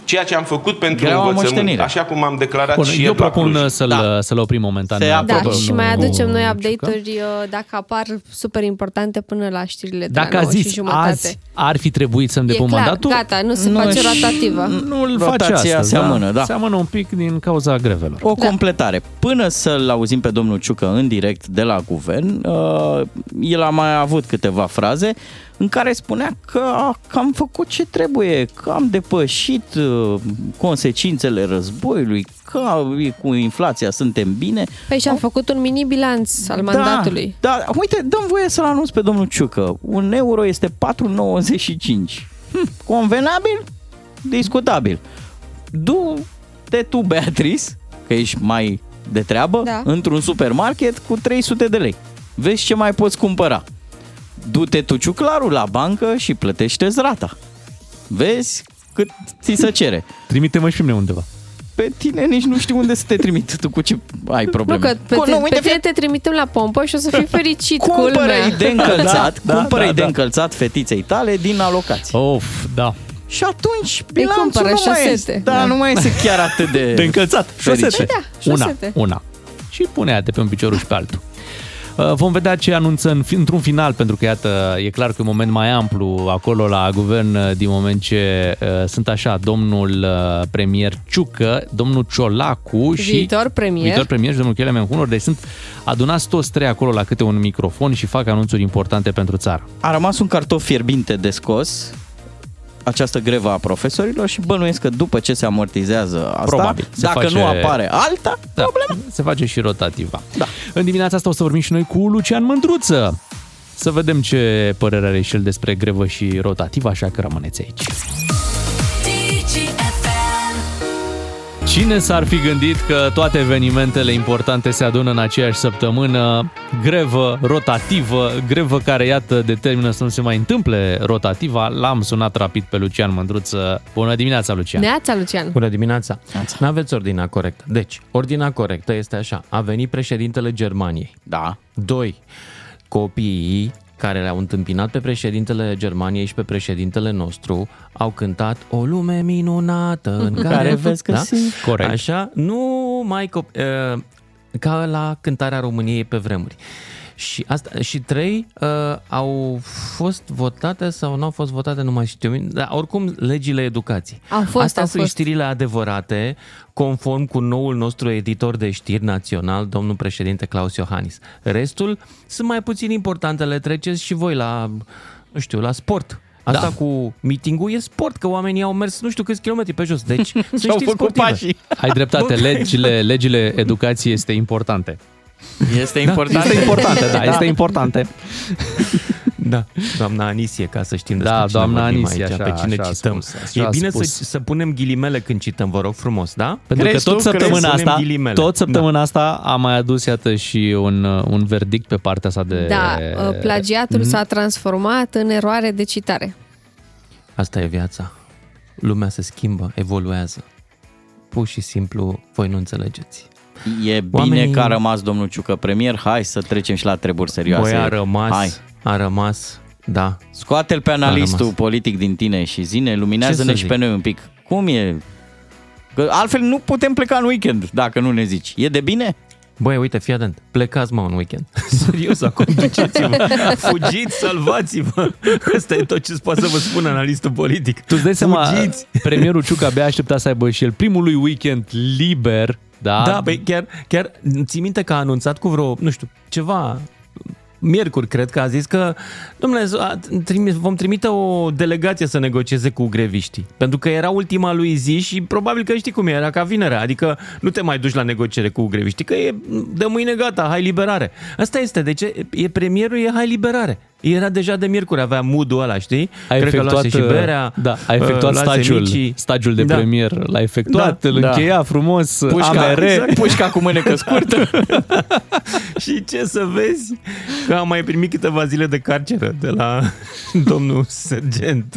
S16: Ceea ce am făcut pentru
S3: Greaua
S16: învățământ,
S3: moștenire.
S16: așa cum am declarat
S3: Bun,
S16: și
S3: eu
S16: eu la
S3: propun
S16: Cluj.
S3: uh, să-l, să-l oprim momentan. uh,
S16: Se
S3: Pe
S4: Da,
S3: domnul-
S4: și mai aducem noi update-uri uh, dacă apar super importante până la știrile de
S3: Dacă
S4: la
S3: a
S4: 9 și
S3: zis
S4: jumătate.
S3: azi ar fi trebuit să-mi
S4: e
S3: depun
S4: clar,
S3: mandatul,
S4: gata, nu se face
S5: și-
S4: rotativă.
S5: Nu
S3: îl face
S5: Rotația
S3: astăzi,
S5: seamănă,
S3: da?
S5: da.
S3: Seamănă un pic din cauza grevelor.
S5: O completare. Până să-l auzim pe domnul Ciucă în direct de la guvern, uh, el a mai avut câteva fraze în care spunea că a- că am făcut ce trebuie, că am depășit uh, consecințele războiului, că uh, cu inflația suntem bine.
S4: Păi
S3: Oh.
S4: și am făcut un mini bilanț al mandatului.
S5: Da, da, uite, dăm voie să-l anunț pe domnul Ciucă. Un euro este 4,95. Hm, convenabil? Discutabil. Du-te tu, Beatrice, că ești mai de treabă,
S17: Da.
S5: într-un supermarket cu 300 de lei. Vezi ce mai poți cumpăra. Du-te tu, Ciuclarul, la bancă și plătește-ți rata. Vezi cât ți se cere.
S3: Trimite-mă și pe mine undeva.
S5: Pe tine nici nu știu unde să te trimit. Tu cu ce ai
S4: Nu,
S5: probleme?
S4: că pe,
S5: Cu-
S4: te, pe
S5: fii
S4: tine te trimitem la pompă și o să fii fericit,
S5: Cumpără-i
S4: culmea.
S5: de încălțat, da,
S3: Da, da,
S5: cumpără-i
S3: da,
S5: de
S3: da.
S5: încălțat fetiței tale din alocație.
S3: Of, da.
S5: Și atunci
S4: Îi cumpără
S5: nu mai
S4: șosete.
S5: este, da,
S4: Da.
S5: nu mai este chiar atât de... Păi
S3: De încălțat. Șosete.
S4: Da,
S3: una,
S4: șosete.
S3: una. Și punea de pe un piciorul și pe altul. Uh, Vom vedea ce anunță în, fi- într-un final, pentru că, iată, e clar că e un moment mai amplu acolo la guvern, uh, din moment ce uh, sunt așa, domnul uh, premier Ciucă, domnul Ciolacu și...
S4: Viitor premier.
S3: Viitor premier și domnul Chelemen Hunor, deci sunt adunați toți trei acolo la câte un microfon și fac anunțuri importante pentru țară.
S5: A rămas un cartof fierbinte de scos, această grevă a profesorilor și bănuiesc că după ce se amortizează asta,
S3: Probabil. Se
S5: dacă
S3: face-
S5: nu apare alta,
S3: da. problema. Se face și rotativa. Da. În dimineața asta o să vorbim și noi cu Lucian Mândruță. Să vedem ce părere are și el despre grevă și rotativa, așa că rămâneți aici. Cine s-ar fi gândit că toate evenimentele importante se adună în aceeași săptămână? Grevă rotativă, grevă care, iată, determină să nu se mai întâmple rotativa. L-am sunat rapid pe Lucian Mândruță. Bună dimineața, Lucian!
S4: Neața, Lucian.
S17: Bună dimineața! Nu aveți ordinea corectă. Deci, ordinea corectă este așa. A venit președintele Germaniei.
S5: Da.
S17: Doi, copiii care le-au întâmpinat pe președintele Germaniei și pe președintele nostru au cântat o lume minunată în
S5: Care
S17: care, Da?
S5: vezi că simt.
S17: Corect. Așa, nu mai cop- uh, ca la cântarea României pe vremuri. Și, asta, și trei uh, au fost votate sau nu au fost votate, nu mai știu. Dar oricum, legile educației.
S4: Au fost,
S17: Astea
S4: au
S17: sunt
S4: fost.
S17: știrile adevărate, conform cu noul nostru editor de știri național, domnul președinte Claus Iohannis. Restul sunt mai puțin importante, le treceți și voi la, nu știu, la sport. Asta da. cu mitingul e sport, că oamenii au mers nu știu câți kilometri pe jos, deci sunt
S5: Și-au
S17: știri
S5: făcut
S17: sportive.
S5: pașii.
S3: Ai dreptate, legile, legile educației este importante.
S5: Este importantă.
S3: Da, Este importantă, da, este importantă.
S17: Da, doamna Anisie, ca să știm despre
S3: Da,
S17: cine
S3: doamna
S17: vorbim
S3: Anisie,
S17: aici,
S3: așa-
S17: pe cine
S3: așa a
S17: cităm.
S3: spus, așa
S17: e
S3: a
S17: bine să,
S3: spus.
S17: să punem ghilimele când cităm, vă rog frumos, da?
S3: Pentru că tot săptămâna asta, tot săptămâna da. asta a mai adus iată și un, uh, un verdict pe partea asta de
S4: Da, uh,
S3: Mm.
S4: plagiatul s-a transformat în eroare de citare.
S17: Asta e viața. Lumea se schimbă, evoluează. Pur și simplu, voi nu înțelegeți.
S5: E bine
S17: Oamenii-
S5: că a rămas domnul Ciucă premier. Hai să trecem și la treburi serioase.
S17: Băi, a rămas,
S5: Hai.
S17: a rămas, da.
S5: Scoate-l pe
S17: A
S5: analistul
S17: rămas.
S5: politic din tine și zine,
S17: Ce
S5: luminează-ne
S17: să
S5: și
S17: zic?
S5: pe noi un pic. Cum e? Că altfel nu putem pleca în weekend dacă nu ne zici. E de bine?
S17: Băi, uite, fii atent, plecați mă un weekend. Serios, acum duceți-vă, fugiți, salvați-vă. Asta e tot ce poate să vă spun analistul politic.
S3: Tu îți dai seama,
S17: Fugiți!
S3: premierul Ciucă abia aștepta să aibă și el primul lui weekend liber, da?
S17: Da, băi, chiar, chiar ții minte că a anunțat cu vreo, nu știu, ceva, miercuri, cred că a zis că, domnule, a trimis- vom trimite o delegație să negocieze cu greviștii. Pentru că era ultima lui zi și probabil că știi cum e, era ca vinerea, adică nu te mai duci la negociere cu greviștii, că e de mâine gata, hai liberare. Asta este, de ce e premierul, e hai liberare. Era deja de miercuri, avea mood-ul ăla, știi?
S3: A
S17: Cred că
S3: efectuat,
S17: luase și berea.
S3: da, a
S17: uh,
S3: efectuat
S17: luase
S3: stagiul,
S17: micii.
S3: stagiul de
S17: Da.
S3: premier, l-a efectuat,
S17: Da,
S3: îl
S17: da.
S3: încheia frumos,
S17: Pușca,
S3: AMR.
S17: exact.
S5: Pușca cu mânecă scurtă.
S17: Și ce să vezi? Că am mai primit câteva zile de carceră de la domnul sergent.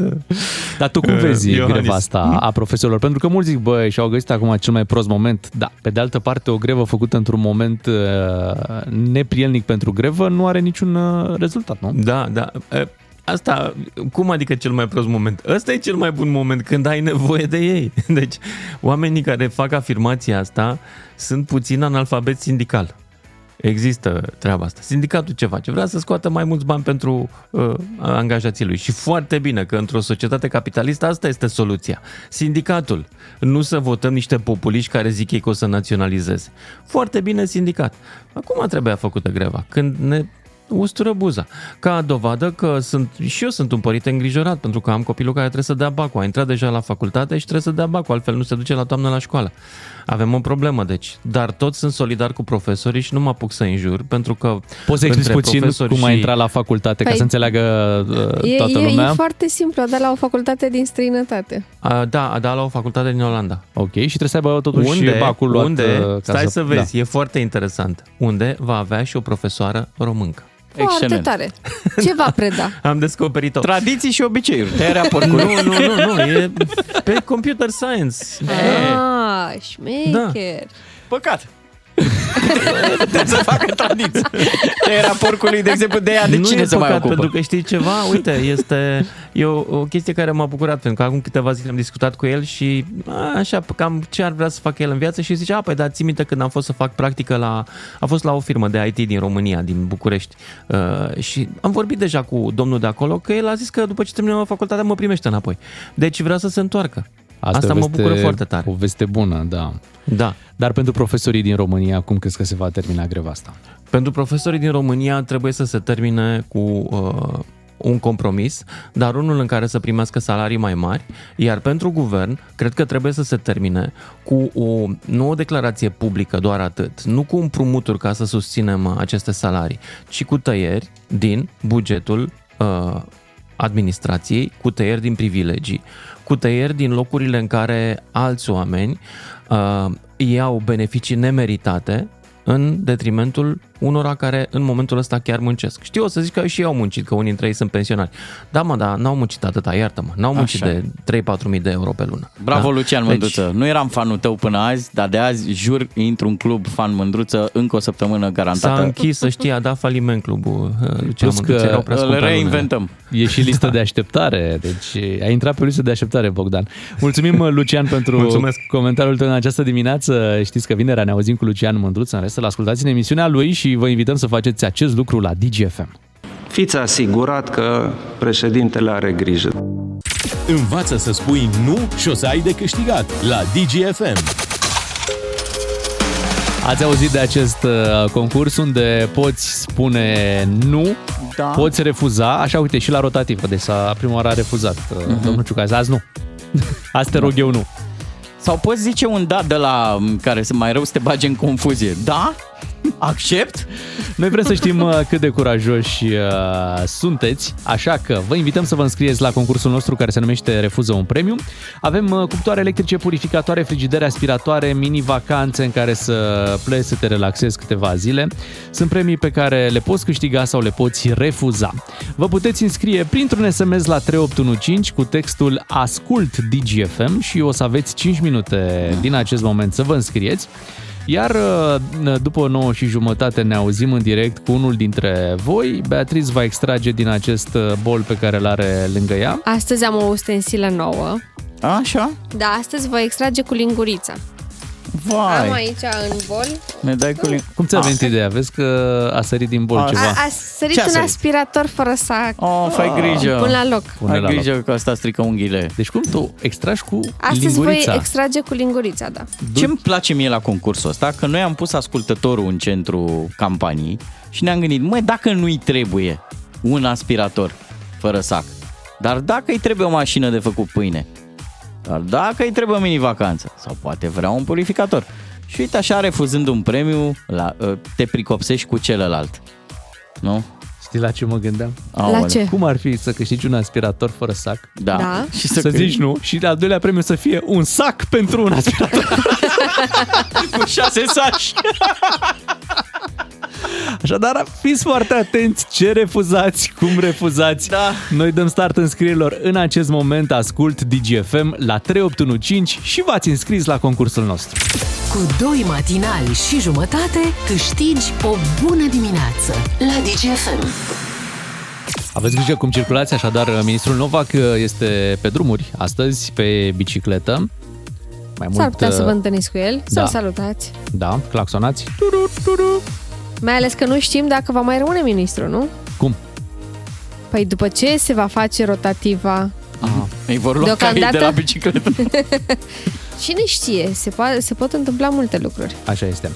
S3: Dar tu cum
S17: uh,
S3: vezi
S17: Iohannis. Hmm?
S3: greva asta a profesorilor? Pentru că mulți zic, băi, și-au găsit acum cel mai prost moment. Da, pe de altă parte, o grevă făcută într-un moment uh, neprielnic pentru grevă nu are niciun uh, rezultat, nu?
S17: Da, da. Uh, Asta, cum adică cel mai prost moment? Ăsta e cel mai bun moment, când ai nevoie de ei. Deci, oamenii care fac afirmația asta sunt puțin analfabet sindical. Există treaba asta. Sindicatul ce face? Vrea să scoată mai mulți bani pentru uh, angajații lui. Și foarte bine că într-o societate capitalistă asta este soluția. Sindicatul. Nu să votăm niște populiști care zic ei că o să naționalizeze. Foarte bine sindicat. Acum trebuia făcută greva. Când ne ustură buza. Ca dovadă că sunt, și eu sunt un părinte îngrijorat pentru că am copilul care trebuie să dea bacul. A intrat deja la facultate și trebuie să dea bacul, altfel nu se duce la toamnă la școală. Avem o problemă, deci. Dar toți sunt solidar cu profesorii și nu mă apuc să înjur pentru că...
S3: Poți să explici
S17: între
S3: puțin
S17: profesori
S3: cum ai
S17: și-
S3: intrat la facultate, ca
S4: Păi,
S3: să înțeleagă uh,
S4: E,
S3: toată
S4: e,
S3: lumea?
S4: e foarte simplu, a dat la o facultate din străinătate.
S17: A, da, a dat la o facultate din Olanda.
S3: Ok, și trebuie să aibă totuși
S17: unde,
S3: bacul luat, uh,
S17: unde,
S3: ca
S17: stai
S3: să- da.
S17: să, vezi, e foarte interesant, unde va avea și o profesoară româncă.
S4: Foarte tare. Ce va preda?
S17: Am descoperit-o.
S5: Tradiții și obiceiuri. Tăierea
S17: nu,
S5: porcului.
S17: nu, nu, nu, e pe computer science.
S4: Ah, șmecher.
S17: Da.
S5: Da. Păcat. să facă tradiție. Era porcului, de exemplu, de ea, de
S17: nu
S5: cine
S17: e
S5: se mai
S17: păcat,
S5: ocupă?
S17: Pentru că știi ceva, uite, este e o, o chestie care m-a bucurat, pentru că acum câteva zile am discutat cu el și a, așa, cam ce ar vrea să facă el în viață și zice, a, păi, dar ții minte când am fost să fac practică la, a fost la o firmă de IT din România, din București uh, și am vorbit deja cu domnul de acolo că el a zis că după ce terminăm facultatea mă primește înapoi. Deci vrea să se întoarcă. Asta, Asta
S3: o
S17: mă
S3: veste-
S17: bucură foarte tare.
S3: O veste bună, da.
S17: Da.
S3: Dar pentru profesorii din România, cum crezi că se va termina greva asta?
S17: Pentru profesorii din România trebuie să se termine cu uh, un compromis, dar unul în care să primească salarii mai mari, iar pentru guvern, cred că trebuie să se termine cu o nouă declarație publică, doar atât, nu cu împrumuturi ca să susținem uh, aceste salarii, ci cu tăieri din bugetul uh, administrației, cu tăieri din privilegii, cu tăieri din locurile în care alți oameni uh, iau beneficii nemeritate în detrimentul unora care în momentul ăsta chiar muncesc. Știu, o să zic că și eu au muncit, că unii dintre ei sunt pensionari. Da, mă, dar n-au muncit atâta, iartă-mă, n-au muncit
S5: Așa.
S17: de 3-4 mii de euro pe lună.
S5: Bravo,
S17: da?
S5: Lucian Mândruță. Deci... Nu eram fanul tău până azi, dar de azi, jur, intru în club fan Mândruță încă o săptămână garantată.
S17: S-a închis, să știi, a dat faliment clubul uh, Lucian
S5: Plus
S17: Mândruță,
S5: că
S17: erau prea
S5: îl
S17: scumpe lunele.
S5: reinventăm.
S3: E și lista de așteptare, deci ai intrat pe listă de așteptare, Bogdan. Mulțumim, Lucian, pentru
S17: Mulțumesc.
S3: comentariul tău în această dimineață. Știți că vinerea ne auzim cu Lucian Mândruță, în rest să-l ascultați în emisiunea lui și vă invităm să faceți acest lucru la DGFM.
S18: Fiți asigurat că președintele are grijă.
S2: Învață să spui nu și o să ai de câștigat la DGFM.
S3: Ați auzit de acest uh, concurs unde poți spune nu,
S5: da.
S3: poți refuza, așa uite și la rotativă, deci s-a, prima oară a refuzat uh,
S5: Mhm.
S3: domnul Ciucaz, azi nu. Azi te rog eu nu.
S5: Sau poți zice un da de la m, care să mai rău să te bage în confuzie. Da? Accept?
S3: Noi vrem să știm uh, cât de curajoși uh, sunteți, așa că vă invităm să vă înscrieți la concursul nostru care se numește Refuză un premiu. Avem uh, cuptoare electrice, purificatoare, frigidere, aspiratoare, mini-vacanțe în care să pleci să te relaxezi câteva zile. Sunt premii pe care le poți câștiga sau le poți refuza. Vă puteți înscrie printr-un SMS la 3815 cu textul Ascult DGFM și o să aveți 5 minute din acest moment să vă înscrieți. Iar uh, după 9 și jumătate ne auzim în direct cu unul dintre voi. Beatriz va extrage din acest uh, bol pe care îl are lângă ea.
S4: Astăzi am o ustensilă nouă.
S5: Așa?
S4: Da, astăzi voi extrage cu lingurița. Am
S5: Vai,
S4: aici în bol.
S5: ne dai cu lin-
S3: Cum ți-a venit ideea? Vezi că a sărit din bol ceva.
S4: A, a sărit
S5: Ce a
S4: un
S5: sărit?
S4: aspirator fără să...
S5: Oh, fai grijă.
S4: Pun la loc.
S5: Pune Ai la grijă loc. că asta strică unghiile.
S3: Deci cum tu extragi cu
S4: Astăzi voi extrage cu lingurița, da.
S5: Ce îmi place mie la concursul ăsta, că noi am pus ascultătorul în centru campaniei și ne-am gândit, măi, dacă nu-i trebuie un aspirator fără sac, dar dacă îi trebuie o mașină de făcut pâine, dar dacă îi trebuie o mini-vacanță, sau poate vrea un purificator. Și uite așa, refuzând un premiu, la, ă, te pricopsești cu celălalt. Nu?
S3: Știi la ce mă gândeam?
S5: Aoleu. La ce?
S3: Cum ar fi să câștigi un aspirator fără sac?
S5: Da. Da. Și
S3: Și
S5: să
S3: să, să
S5: câștigi.
S3: zici nu și al doilea premiu să fie un sac pentru un aspirator.
S5: cu șase saci.
S3: Așadar, fiți foarte atenți ce refuzați, cum refuzați. Da. Noi dăm start înscrierilor în acest moment. Ascult DGFM la 3815 și v-ați înscris la concursul nostru.
S1: Cu doi matinali și jumătate câștigi o bună dimineață la DGFM.
S3: Aveți grijă cum circulați, așadar, ministrul Novac este pe drumuri astăzi, pe bicicletă. Mai
S4: S-ar putea să vă
S3: uh,
S4: întâlniți cu el, să-l
S3: da.
S4: salutați.
S3: Da, claxonați.
S4: Mai ales că nu știm dacă va mai rămâne ministru, nu?
S3: Cum?
S4: Păi după ce se va face rotativa,
S5: Aha. Ah, Ei vor lua caii de
S4: Deocamdată-
S5: la bicicletă.
S4: cine știe, se, po- se pot întâmpla multe lucruri.
S3: Așa este.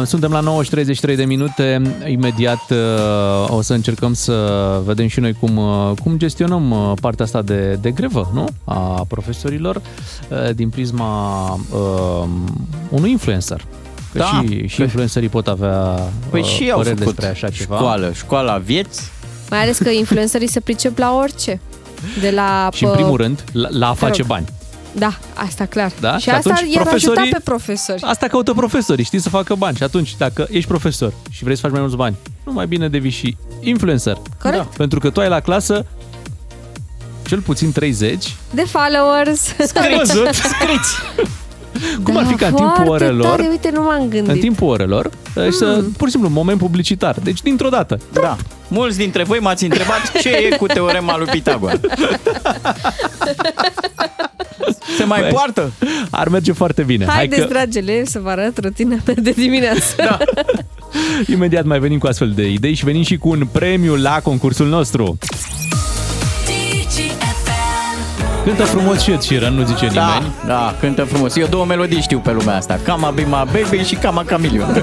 S3: Uh, Suntem la 9 și 33 de minute. Imediat uh, o să încercăm să vedem și noi cum, uh, cum gestionăm uh, partea asta de, de grevă nu? a profesorilor uh, din prisma uh, unui influencer. Că
S5: Da,
S3: și, și influencerii pot avea
S5: Păi
S3: uh,
S5: și au
S3: păreri
S5: făcut
S3: despre așa ceva.
S5: școală, școala vieți.
S4: Mai ales că influencerii se pricep la orice. De la...
S3: Și în
S4: pă-
S3: primul rând, la, la a
S4: Te
S3: face
S4: rog.
S3: bani.
S4: Da, asta clar.
S3: Da?
S4: Și,
S3: Și
S4: asta
S3: atunci
S4: i-ar ajuta
S3: profesorii-
S4: pe profesori.
S3: Asta caută profesorii, știi să facă bani. Și atunci, dacă ești profesor și vrei să faci mai mulți bani, nu mai bine devii și influencer.
S4: Corect. Da.
S3: Pentru că tu ai la clasă cel puțin 30
S4: De followers. Da,
S3: Scriți. Am văzut.
S5: Scriți.
S3: Cum ar fi ca în timpul
S4: foarte
S3: orelor,
S4: Tare, uite, nu m-am gândit.
S3: în timpul orelor, mm. să, pur și simplu, un moment publicitar. Deci, dintr-o dată.
S5: Da. Mulți dintre voi m-ați întrebat ce e cu teorema lui Pitagora. Se mai
S3: Băi,
S5: poartă?
S3: Păi, Ar merge foarte bine.
S4: Haideți, că... dragi elevi, să vă arăt rutina mea de dimineață. Da.
S3: Imediat mai venim cu astfel de idei și venim și cu un premiu la concursul nostru. Cântă frumos și Ed Sheeran, nu zice
S5: Da, da, cântă frumos. Eu două melodii știu pe lumea asta. Cama Bima Baby și Cama Chameleon.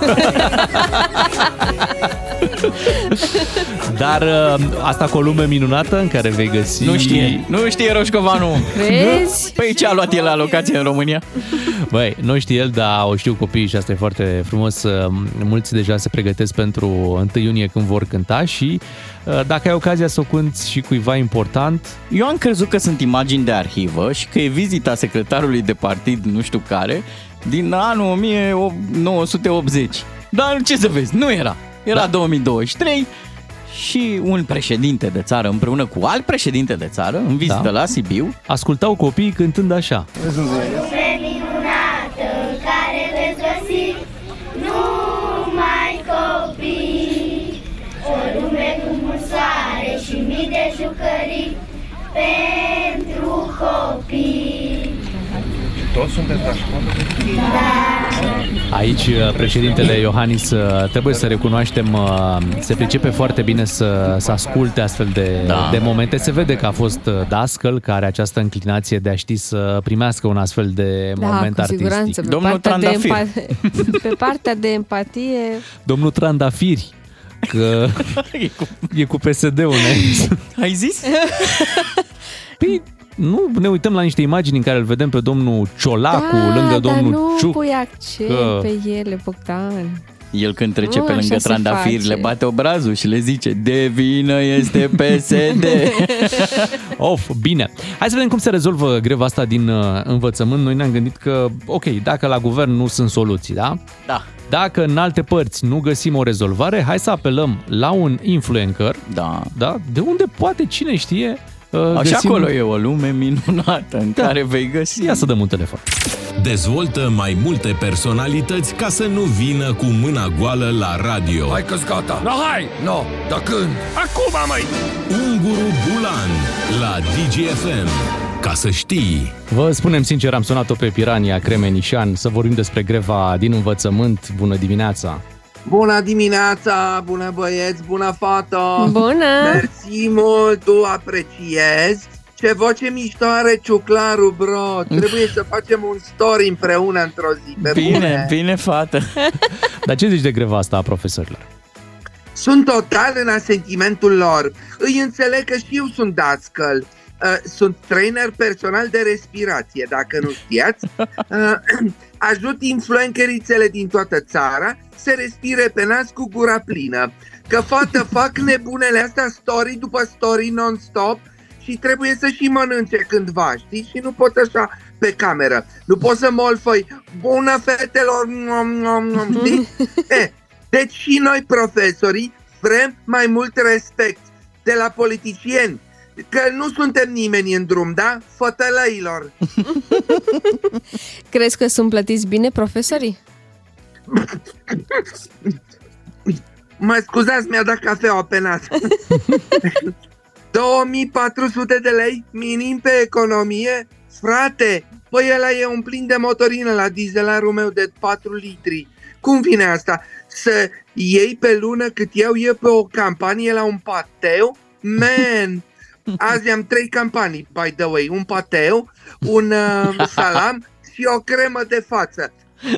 S3: Dar uh, asta cu o lume minunată în care vei găsi...
S5: Nu știe, nu știe Roșcovanu.
S4: Crezi?
S5: Păi ce a luat el la locație în România?
S3: Băi, nu știe el, dar o știu copiii și asta e foarte frumos. Mulți deja se pregătesc pentru 1 iunie când vor cânta și uh, dacă ai ocazia să o cânti și cuiva important...
S5: Eu am crezut că sunt imagini de arhivă și că e vizita secretarului de partid, nu știu care, din anul 1980. Dar ce să vezi, nu era. Era da. 2023 și un președinte de țară împreună cu alt președinte de țară în vizită da. la Sibiu
S3: ascultau copiii cântând așa.
S9: Lume minunată în care veți găsi numai copii. O lume cu mult soare și mii de jucării pentru copii.
S8: Toți sunteți la școală?
S3: Aici uh, președintele Iohannis uh, trebuie să recunoaștem uh, se pricepe foarte bine să, să asculte astfel de, da. de momente. Se vede că a fost uh, dascăl care are această înclinație de a ști să primească un astfel de
S4: Da,
S3: moment
S4: cu
S3: artistic.
S4: siguranță. Pe partea De empa- pe partea de empatie...
S3: Domnul Trandafiri că e, cu... e cu PSD-ul. ne?
S5: Ai zis?
S3: Nu ne uităm la niște imagini în care îl vedem pe domnul Ciolacu
S4: da,
S3: lângă domnul
S4: dar nu
S3: Ciuc.
S4: pui accent
S3: că-
S4: pe ele, Bogdan.
S5: El când trece
S4: Nu,
S5: pe
S4: așa
S5: lângă
S4: se
S5: trandafir,
S4: face.
S5: le bate obrazul și le zice De vină este PSD.
S3: of, bine. Hai să vedem cum se rezolvă greva asta din uh, învățământ. Noi ne-am gândit că, ok, dacă la guvern nu sunt soluții, da?
S5: Da.
S3: Dacă în alte părți nu găsim o rezolvare, hai să apelăm la un influencer.
S5: Da.
S3: Da? De unde poate, cine știe, uh,
S5: Așa
S3: găsim-
S5: acolo e o lume minunată în da. care vei găsi.
S3: Ia să dăm un telefon.
S2: Dezvoltă mai multe personalități ca să nu vină cu mâna goală la radio. Hai
S6: că-s gata! No, hai! No, da când? Acum, măi!
S2: Unguru Bulan la DGFM. Ca să știi...
S3: Vă spunem sincer, am sunat-o pe Pirania Cremenișan să vorbim despre greva din învățământ. Bună dimineața!
S7: Bună dimineața, bună băieți, bună fată!
S4: Bună!
S7: Mersi mult, tu apreciez! Ce voce mișto are ciuclarul, bro! Trebuie să facem un story împreună într-o zi, pe bune.
S5: Bine, bine, fată.
S3: Dar ce zici de greva asta a profesorilor?
S7: Sunt total în asentimentul lor. Îi înțeleg că și eu sunt dascăl. Uh, Sunt trainer personal de respirație, dacă nu știați. Uh, Ajut influencerițele din toată țara să respire pe nas cu gura plină. Că fată fac nebunele astea story după story non-stop și trebuie să și mănânce cândva, știi? Și nu pot așa pe cameră. Nu pot să molfăi, bună fetelor, nom, nom, nom, știi? E, deci și noi profesorii vrem mai mult respect de la politicieni, că nu suntem nimeni în drum, da? Fătălăilor.
S4: Crezi că sunt plătiți bine profesorii?
S7: Mă scuzați, mi-a dat cafeaua pe nas. 2400 de lei minim pe economie? Frate, păi ăla e un plin de motorină la dieselarul meu de 4 litri. Cum vine asta? Să iei pe lună cât iau eu pe o campanie la un pateu? Man! Azi am trei campanii, by the way. Un pateu, un uh, salam și o cremă de față.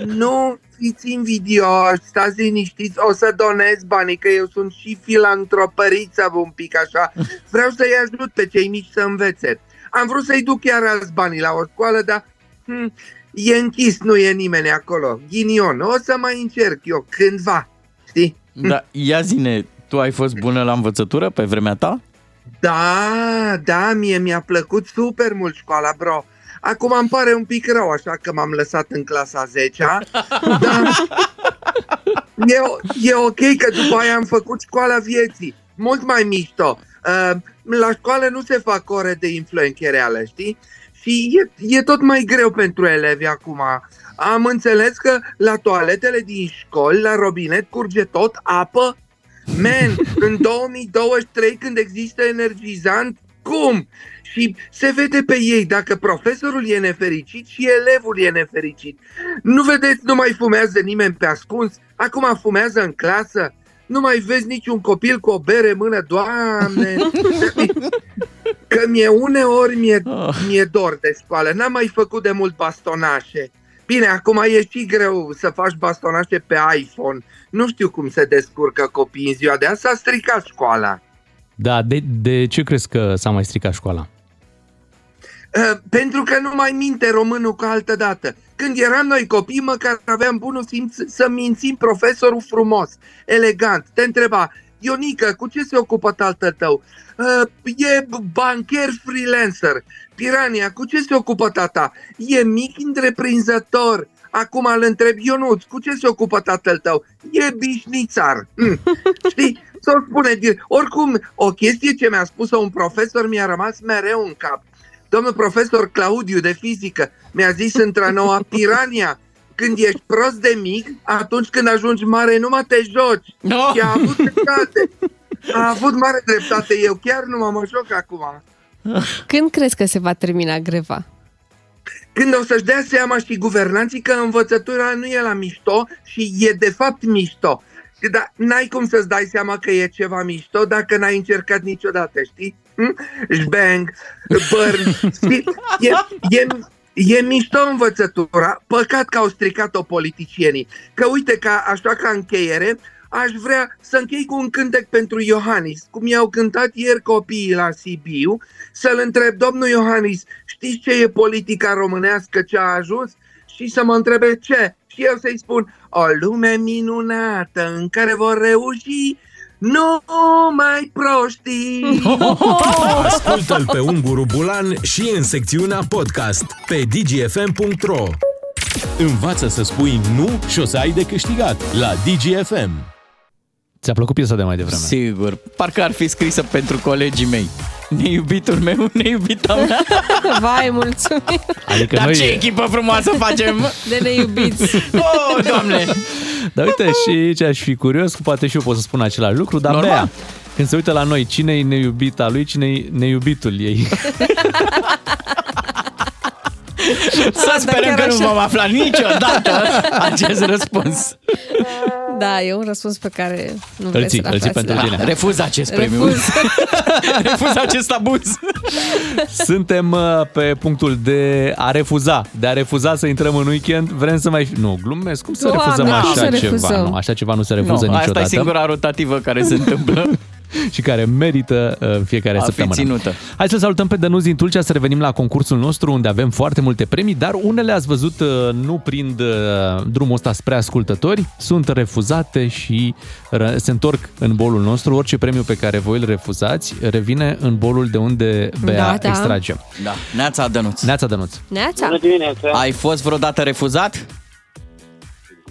S7: Nu fiți invidioși, stați liniștiți, o să donez banii, că eu sunt și filantropăriță un pic așa. Vreau să-i ajut pe cei mici să învețe. Am vrut să-i duc chiar alți banii la o școală, dar hm, e închis, nu e nimeni acolo. Ghinion, o să mai încerc eu cândva, știi?
S5: Da, ia zine, tu ai fost bună la învățătură pe vremea ta?
S7: Da, da, mie mi-a plăcut super mult școala, bro. Acum îmi pare un pic rău, așa că m-am lăsat în clasa 10-a. Dar e, o- e ok că după aia am făcut școala vieții. Mult mai mișto. Uh, La școală nu se fac ore de influențe reale, știi? Și e, e tot mai greu pentru elevi acum. am înțeles că la toaletele din școli, la robinet, curge tot apă. Man, în 2023, când există energizant, cum? Și se vede pe ei dacă profesorul e nefericit și elevul e nefericit. Nu vedeți, nu mai fumează nimeni pe ascuns, acum fumează în clasă, nu mai vezi niciun copil cu o bere în mână, doamne! Că mie uneori mi-e, mi-e dor de școală, n-am mai făcut de mult bastonașe. Bine, acum e și greu să faci bastonașe pe iPhone. Nu știu cum se descurcă copiii în ziua de azi, s-a stricat școala.
S3: Da, de, de ce crezi că s-a mai stricat școala?
S7: Uh, pentru că nu mai minte românul ca altă dată. Când eram noi copii, măcar aveam bunul simț să mințim profesorul frumos, elegant. Te întreba, Ionică, cu ce se ocupă tatăl tău? Uh, e bancher freelancer. Pirania, cu ce se ocupă tata? E mic întreprinzător. Acum îl întreb Ionuț, cu ce se ocupă tatăl tău? E bișnițar. Mm. Știi? Să o spune direct. Oricum, o chestie ce mi-a spus-o un profesor mi-a rămas mereu în cap. Domnul profesor Claudiu de fizică mi-a zis într-a noua pirania, când ești prost de mic, atunci când ajungi mare, numai te joci. No. Și a avut dreptate. A avut mare dreptate. Eu chiar nu mă mai joc acum.
S4: Când crezi că se va termina greva?
S7: Când o să-și dea seama și guvernanții că învățătura nu e la mișto și e de fapt mișto. Dar n-ai cum să-ți dai seama că e ceva mișto dacă n-ai încercat niciodată, știi? Hm? Bang, burn, știi? E, e, E mișto învățătura, păcat că au stricat-o politicienii. Că uite, ca, așa ca încheiere, aș vrea să închei cu un cântec pentru Iohannis, cum i-au cântat ieri copiii la Sibiu, să-l întreb, domnul Iohannis, știți ce e politica românească ce a ajuns? Și să mă întrebe ce? Și eu să-i spun, o lume minunată în care vor reuși nu mai proștii!
S2: Ascultă-l pe Unguru Bulan și în secțiunea podcast pe dgfm.ro Învață să spui nu și o să ai de câștigat la DGFM.
S3: Ți-a plăcut piesa de mai devreme?
S5: Sigur, parcă ar fi scrisă pentru colegii mei. Neiubitul meu, neiubita mea.
S4: Vai, mulțumim!
S3: Adică
S5: Dar
S3: noi...
S5: ce echipă frumoasă facem!
S4: De neiubiți! Da,
S5: Oh, doamne!
S3: Dar Da, uite, și aici aș fi curios, poate și eu pot să spun același lucru, dar
S5: Normal.
S3: Bea, când se uită la noi, cine e neiubita lui, cine e neiubitul ei?
S5: Să sperăm că
S4: chiar
S5: nu
S4: așa.
S5: vom afla niciodată acest răspuns.
S4: Da, e un răspuns pe care nu
S5: Îl
S4: vreți
S5: ții,
S4: să-l
S5: îl ții
S4: aflați.
S5: pentru tine.
S4: Da.
S5: Refuz acest premiu.
S4: Refuz.
S5: Refuz acest abuz.
S3: Suntem uh, pe punctul de a refuza, de a refuza să intrăm în weekend, vrem să mai... Nu, glumesc, cum să
S5: Doamne,
S3: refuzăm
S5: cum
S3: așa
S5: să
S3: ceva?
S5: refuzăm?
S3: Nu, așa ceva nu se refuză niciodată.
S5: Asta e singura rotativă care se întâmplă.
S3: și care merită uh, în fiecare
S5: A fi
S3: săptămână.
S5: ținută.
S3: Hai să salutăm pe Dănuț din Tulcea să revenim la concursul nostru unde avem foarte multe premii, dar unele ați văzut uh, nu prind uh, drumul ăsta spre ascultători, sunt refuzate și ră- se întorc în bolul nostru. Orice premiu pe care voi îl refuzați revine în bolul de unde Bea
S4: Da, da.
S3: extrage.
S5: Da. Neața Dănuț.
S3: Neața Dănuț.
S4: Neața!
S5: Ai fost vreodată refuzat?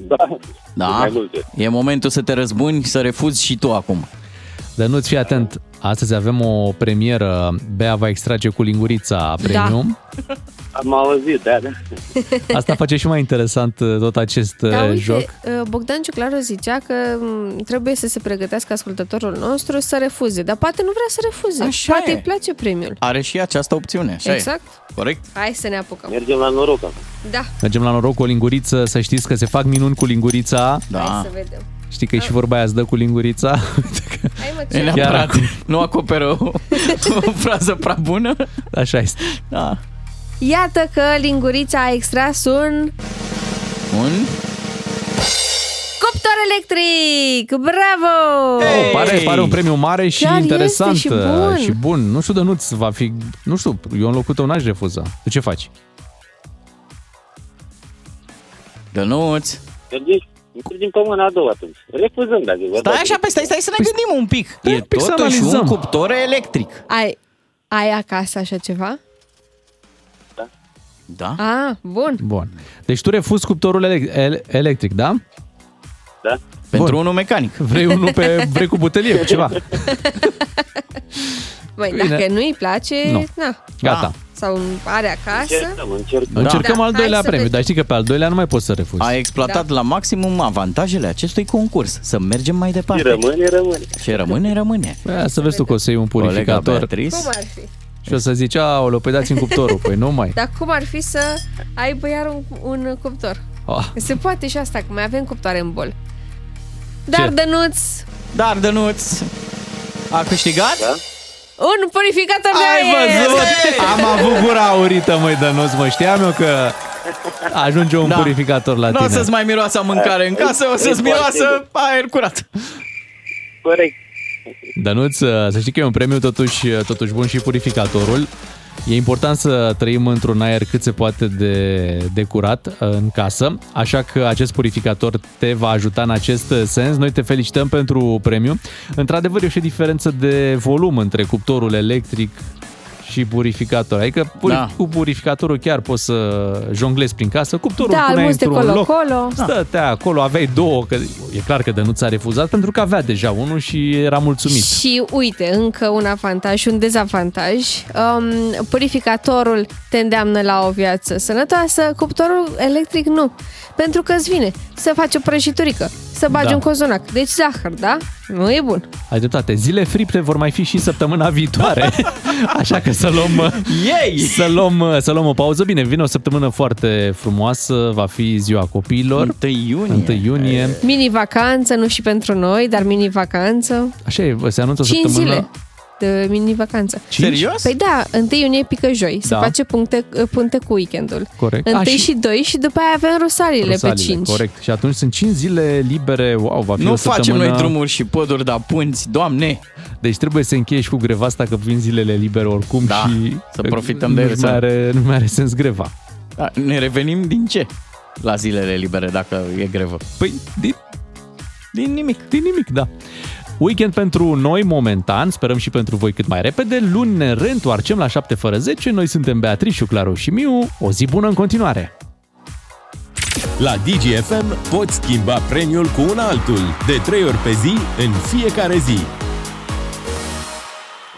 S15: Da.
S5: Da. E momentul să te răzbuni, să refuzi și tu acum.
S3: Dar nu-ți fii atent, astăzi avem o premieră, Bea va extrage cu lingurița
S4: Da.
S3: premium.
S15: Am auzit, da, da.
S3: Da. Asta face și mai interesant uh, tot acest
S4: Da,
S3: uh,
S4: uite,
S3: joc.
S4: uh, Bogdan Ciuclaru zicea că m, trebuie să se pregătească ascultătorul nostru să refuze, dar poate nu vrea să refuze. Așa poate
S5: e.
S4: îi place premiul.
S5: Are și această opțiune, așa e.
S4: Exact.
S5: Corect?
S4: Hai să ne apucăm.
S15: Mergem la noroc acum.
S4: Da,
S3: Mergem la noroc cu o linguriță, să știți că se fac minuni cu lingurița.
S5: Da.
S4: hai să vedem. Da.
S3: Știi că e și vorba aia, îți dă cu lingurița.
S4: Hai mă,
S5: E
S4: ce...
S5: neapărat. Nu acoperă o, o frază prea bună.
S3: Așa este.
S5: Da.
S4: Iată că lingurița a extras un
S5: Un?
S4: cuptor electric! Bravo!
S3: Oh, pare, pare un premiu mare și
S4: Chiar este
S3: interesant. uh,
S4: și bun.
S3: și bun. Nu știu, Dănuț, va fi... Nu știu, eu în locul tău n-aș refuza. Tu ce faci?
S5: Dănuț.
S15: Mergem, mergem pe mâna a doua atunci. Refuzăm, dacă vă
S5: Stai așa, pe stai, stai să
S3: Păi
S5: ne gândim un pic. E
S15: pic să
S5: totuși un
S15: analizăm.
S5: cuptor electric.
S4: Ai, ai acasă așa ceva?
S5: Da?
S4: Ah, bun.
S3: Bun. Deci tu refuzi cuptorul elec- el- electric, da?
S15: Da.
S5: Pentru unul mecanic.
S3: Vrei unul pe... Vrei cu butelie, cu ceva.
S4: Băi,
S3: Bine.
S4: dacă nu-i place,
S3: Nu.
S4: na.
S3: Gata.
S4: sau are acasă.
S3: Da. Încercăm al
S4: hai
S3: doilea
S4: să
S3: premiu,
S4: vezi.
S3: dar știi că pe al doilea nu mai poți să refuzi.
S5: A exploatat
S4: Da.
S5: la maximum avantajele acestui concurs. Să mergem mai departe.
S3: Și rămâne,
S5: rămâne. Și rămâne, rămâne.
S3: Bă, să vezi tu că o să iei un purificator
S4: Cum ar fi?
S3: și o să zici, aolo, păi dați în cuptorul. Păi nu mai.
S4: Dar cum ar fi să aibă iar un, un cuptor?
S3: Ah.
S4: Se poate și asta, că mai avem cuptoare în bol. Dar Dănuț,
S5: Dar Dănuț a câștigat? Da.
S4: un purificator
S5: Ai
S4: de aer!
S5: văzut?
S3: Am avut gura aurită, măi, Dănuț, mă, știam eu că ajunge un
S5: Da.
S3: purificator la
S5: Nu o
S3: tine.
S5: să-ți mai miroasă mâncare în casă, o să-ți miroasă aer curat.
S15: Corect.
S3: Dănuț, uh, să știi că e un premiu totuși, uh, totuși bun și purificatorul. E important să trăim într-un aer cât se poate de, de curat uh, în casă, așa că acest purificator te va ajuta în acest uh, sens. Noi te felicităm pentru premiu. Într-adevăr, e și o diferență de volum între cuptorul electric și purificator. Adică pur-
S5: Da.
S3: da. cu purificatorul chiar poți să jonglezi prin casă. Cuptorul
S4: Da, îl
S3: puneai
S4: muți de
S3: într-un
S4: colo,
S3: loc,
S4: colo. Da.
S3: stătea acolo, aveai două, că e clar că Dănuț a refuzat pentru că avea deja unul și era mulțumit.
S4: Și uite, încă un avantaj și un dezavantaj. Um, purificatorul te îndeamnă la o viață sănătoasă, cuptorul electric nu. Pentru că îți vine să faci o prăjiturică, să bagi
S3: Da.
S4: un cozonac, deci zahăr, da? Nu e bun.
S3: Ai dreptate, zile fripte vor mai fi și săptămâna viitoare. Așa că să luăm,
S5: Yay!
S3: să luăm, să luăm o pauză. Bine, vine o săptămână foarte frumoasă, va fi ziua copiilor.
S5: 1 iunie.
S3: 1 iunie.
S4: Mini-vacanță, nu și pentru noi, dar mini-vacanță.
S3: Așa e, se anunță o
S4: 5
S3: săptămână.
S4: zile de mini-vacanță.
S3: Cinci? Serios?
S4: Păi da, 1 iunie pică joi, se
S3: Da.
S4: face puncte, punte cu weekendul.
S3: Corect.
S4: Întâi
S3: A, și-
S4: și 2 și după aia avem rusalile,
S3: Rosalile,
S4: pe 5.
S3: Corect. Și atunci sunt 5 zile libere. Wow, va fi
S5: Nu
S3: o
S5: facem
S3: săptămână...
S5: noi drumuri și poduri, dar punți, doamne!
S3: Deci trebuie să încheie și cu greva asta că vin zilele libere oricum
S5: Da,
S3: și
S5: să profităm de
S3: nu mai
S5: ele.
S3: are, nu mai are sens greva.
S5: Da, Ne revenim din ce? La zilele libere, dacă e grevă.
S3: Păi, din...
S5: Din nimic.
S3: Din nimic, da. Weekend pentru noi momentan, sperăm și pentru voi cât mai repede. Luni ne reîntoarcem la 7 fără 10. Noi suntem Beatrice, Claru și Miu. O zi bună în continuare!
S2: La DGFM poți schimba premiul cu un altul, de 3 ori pe zi, în fiecare zi.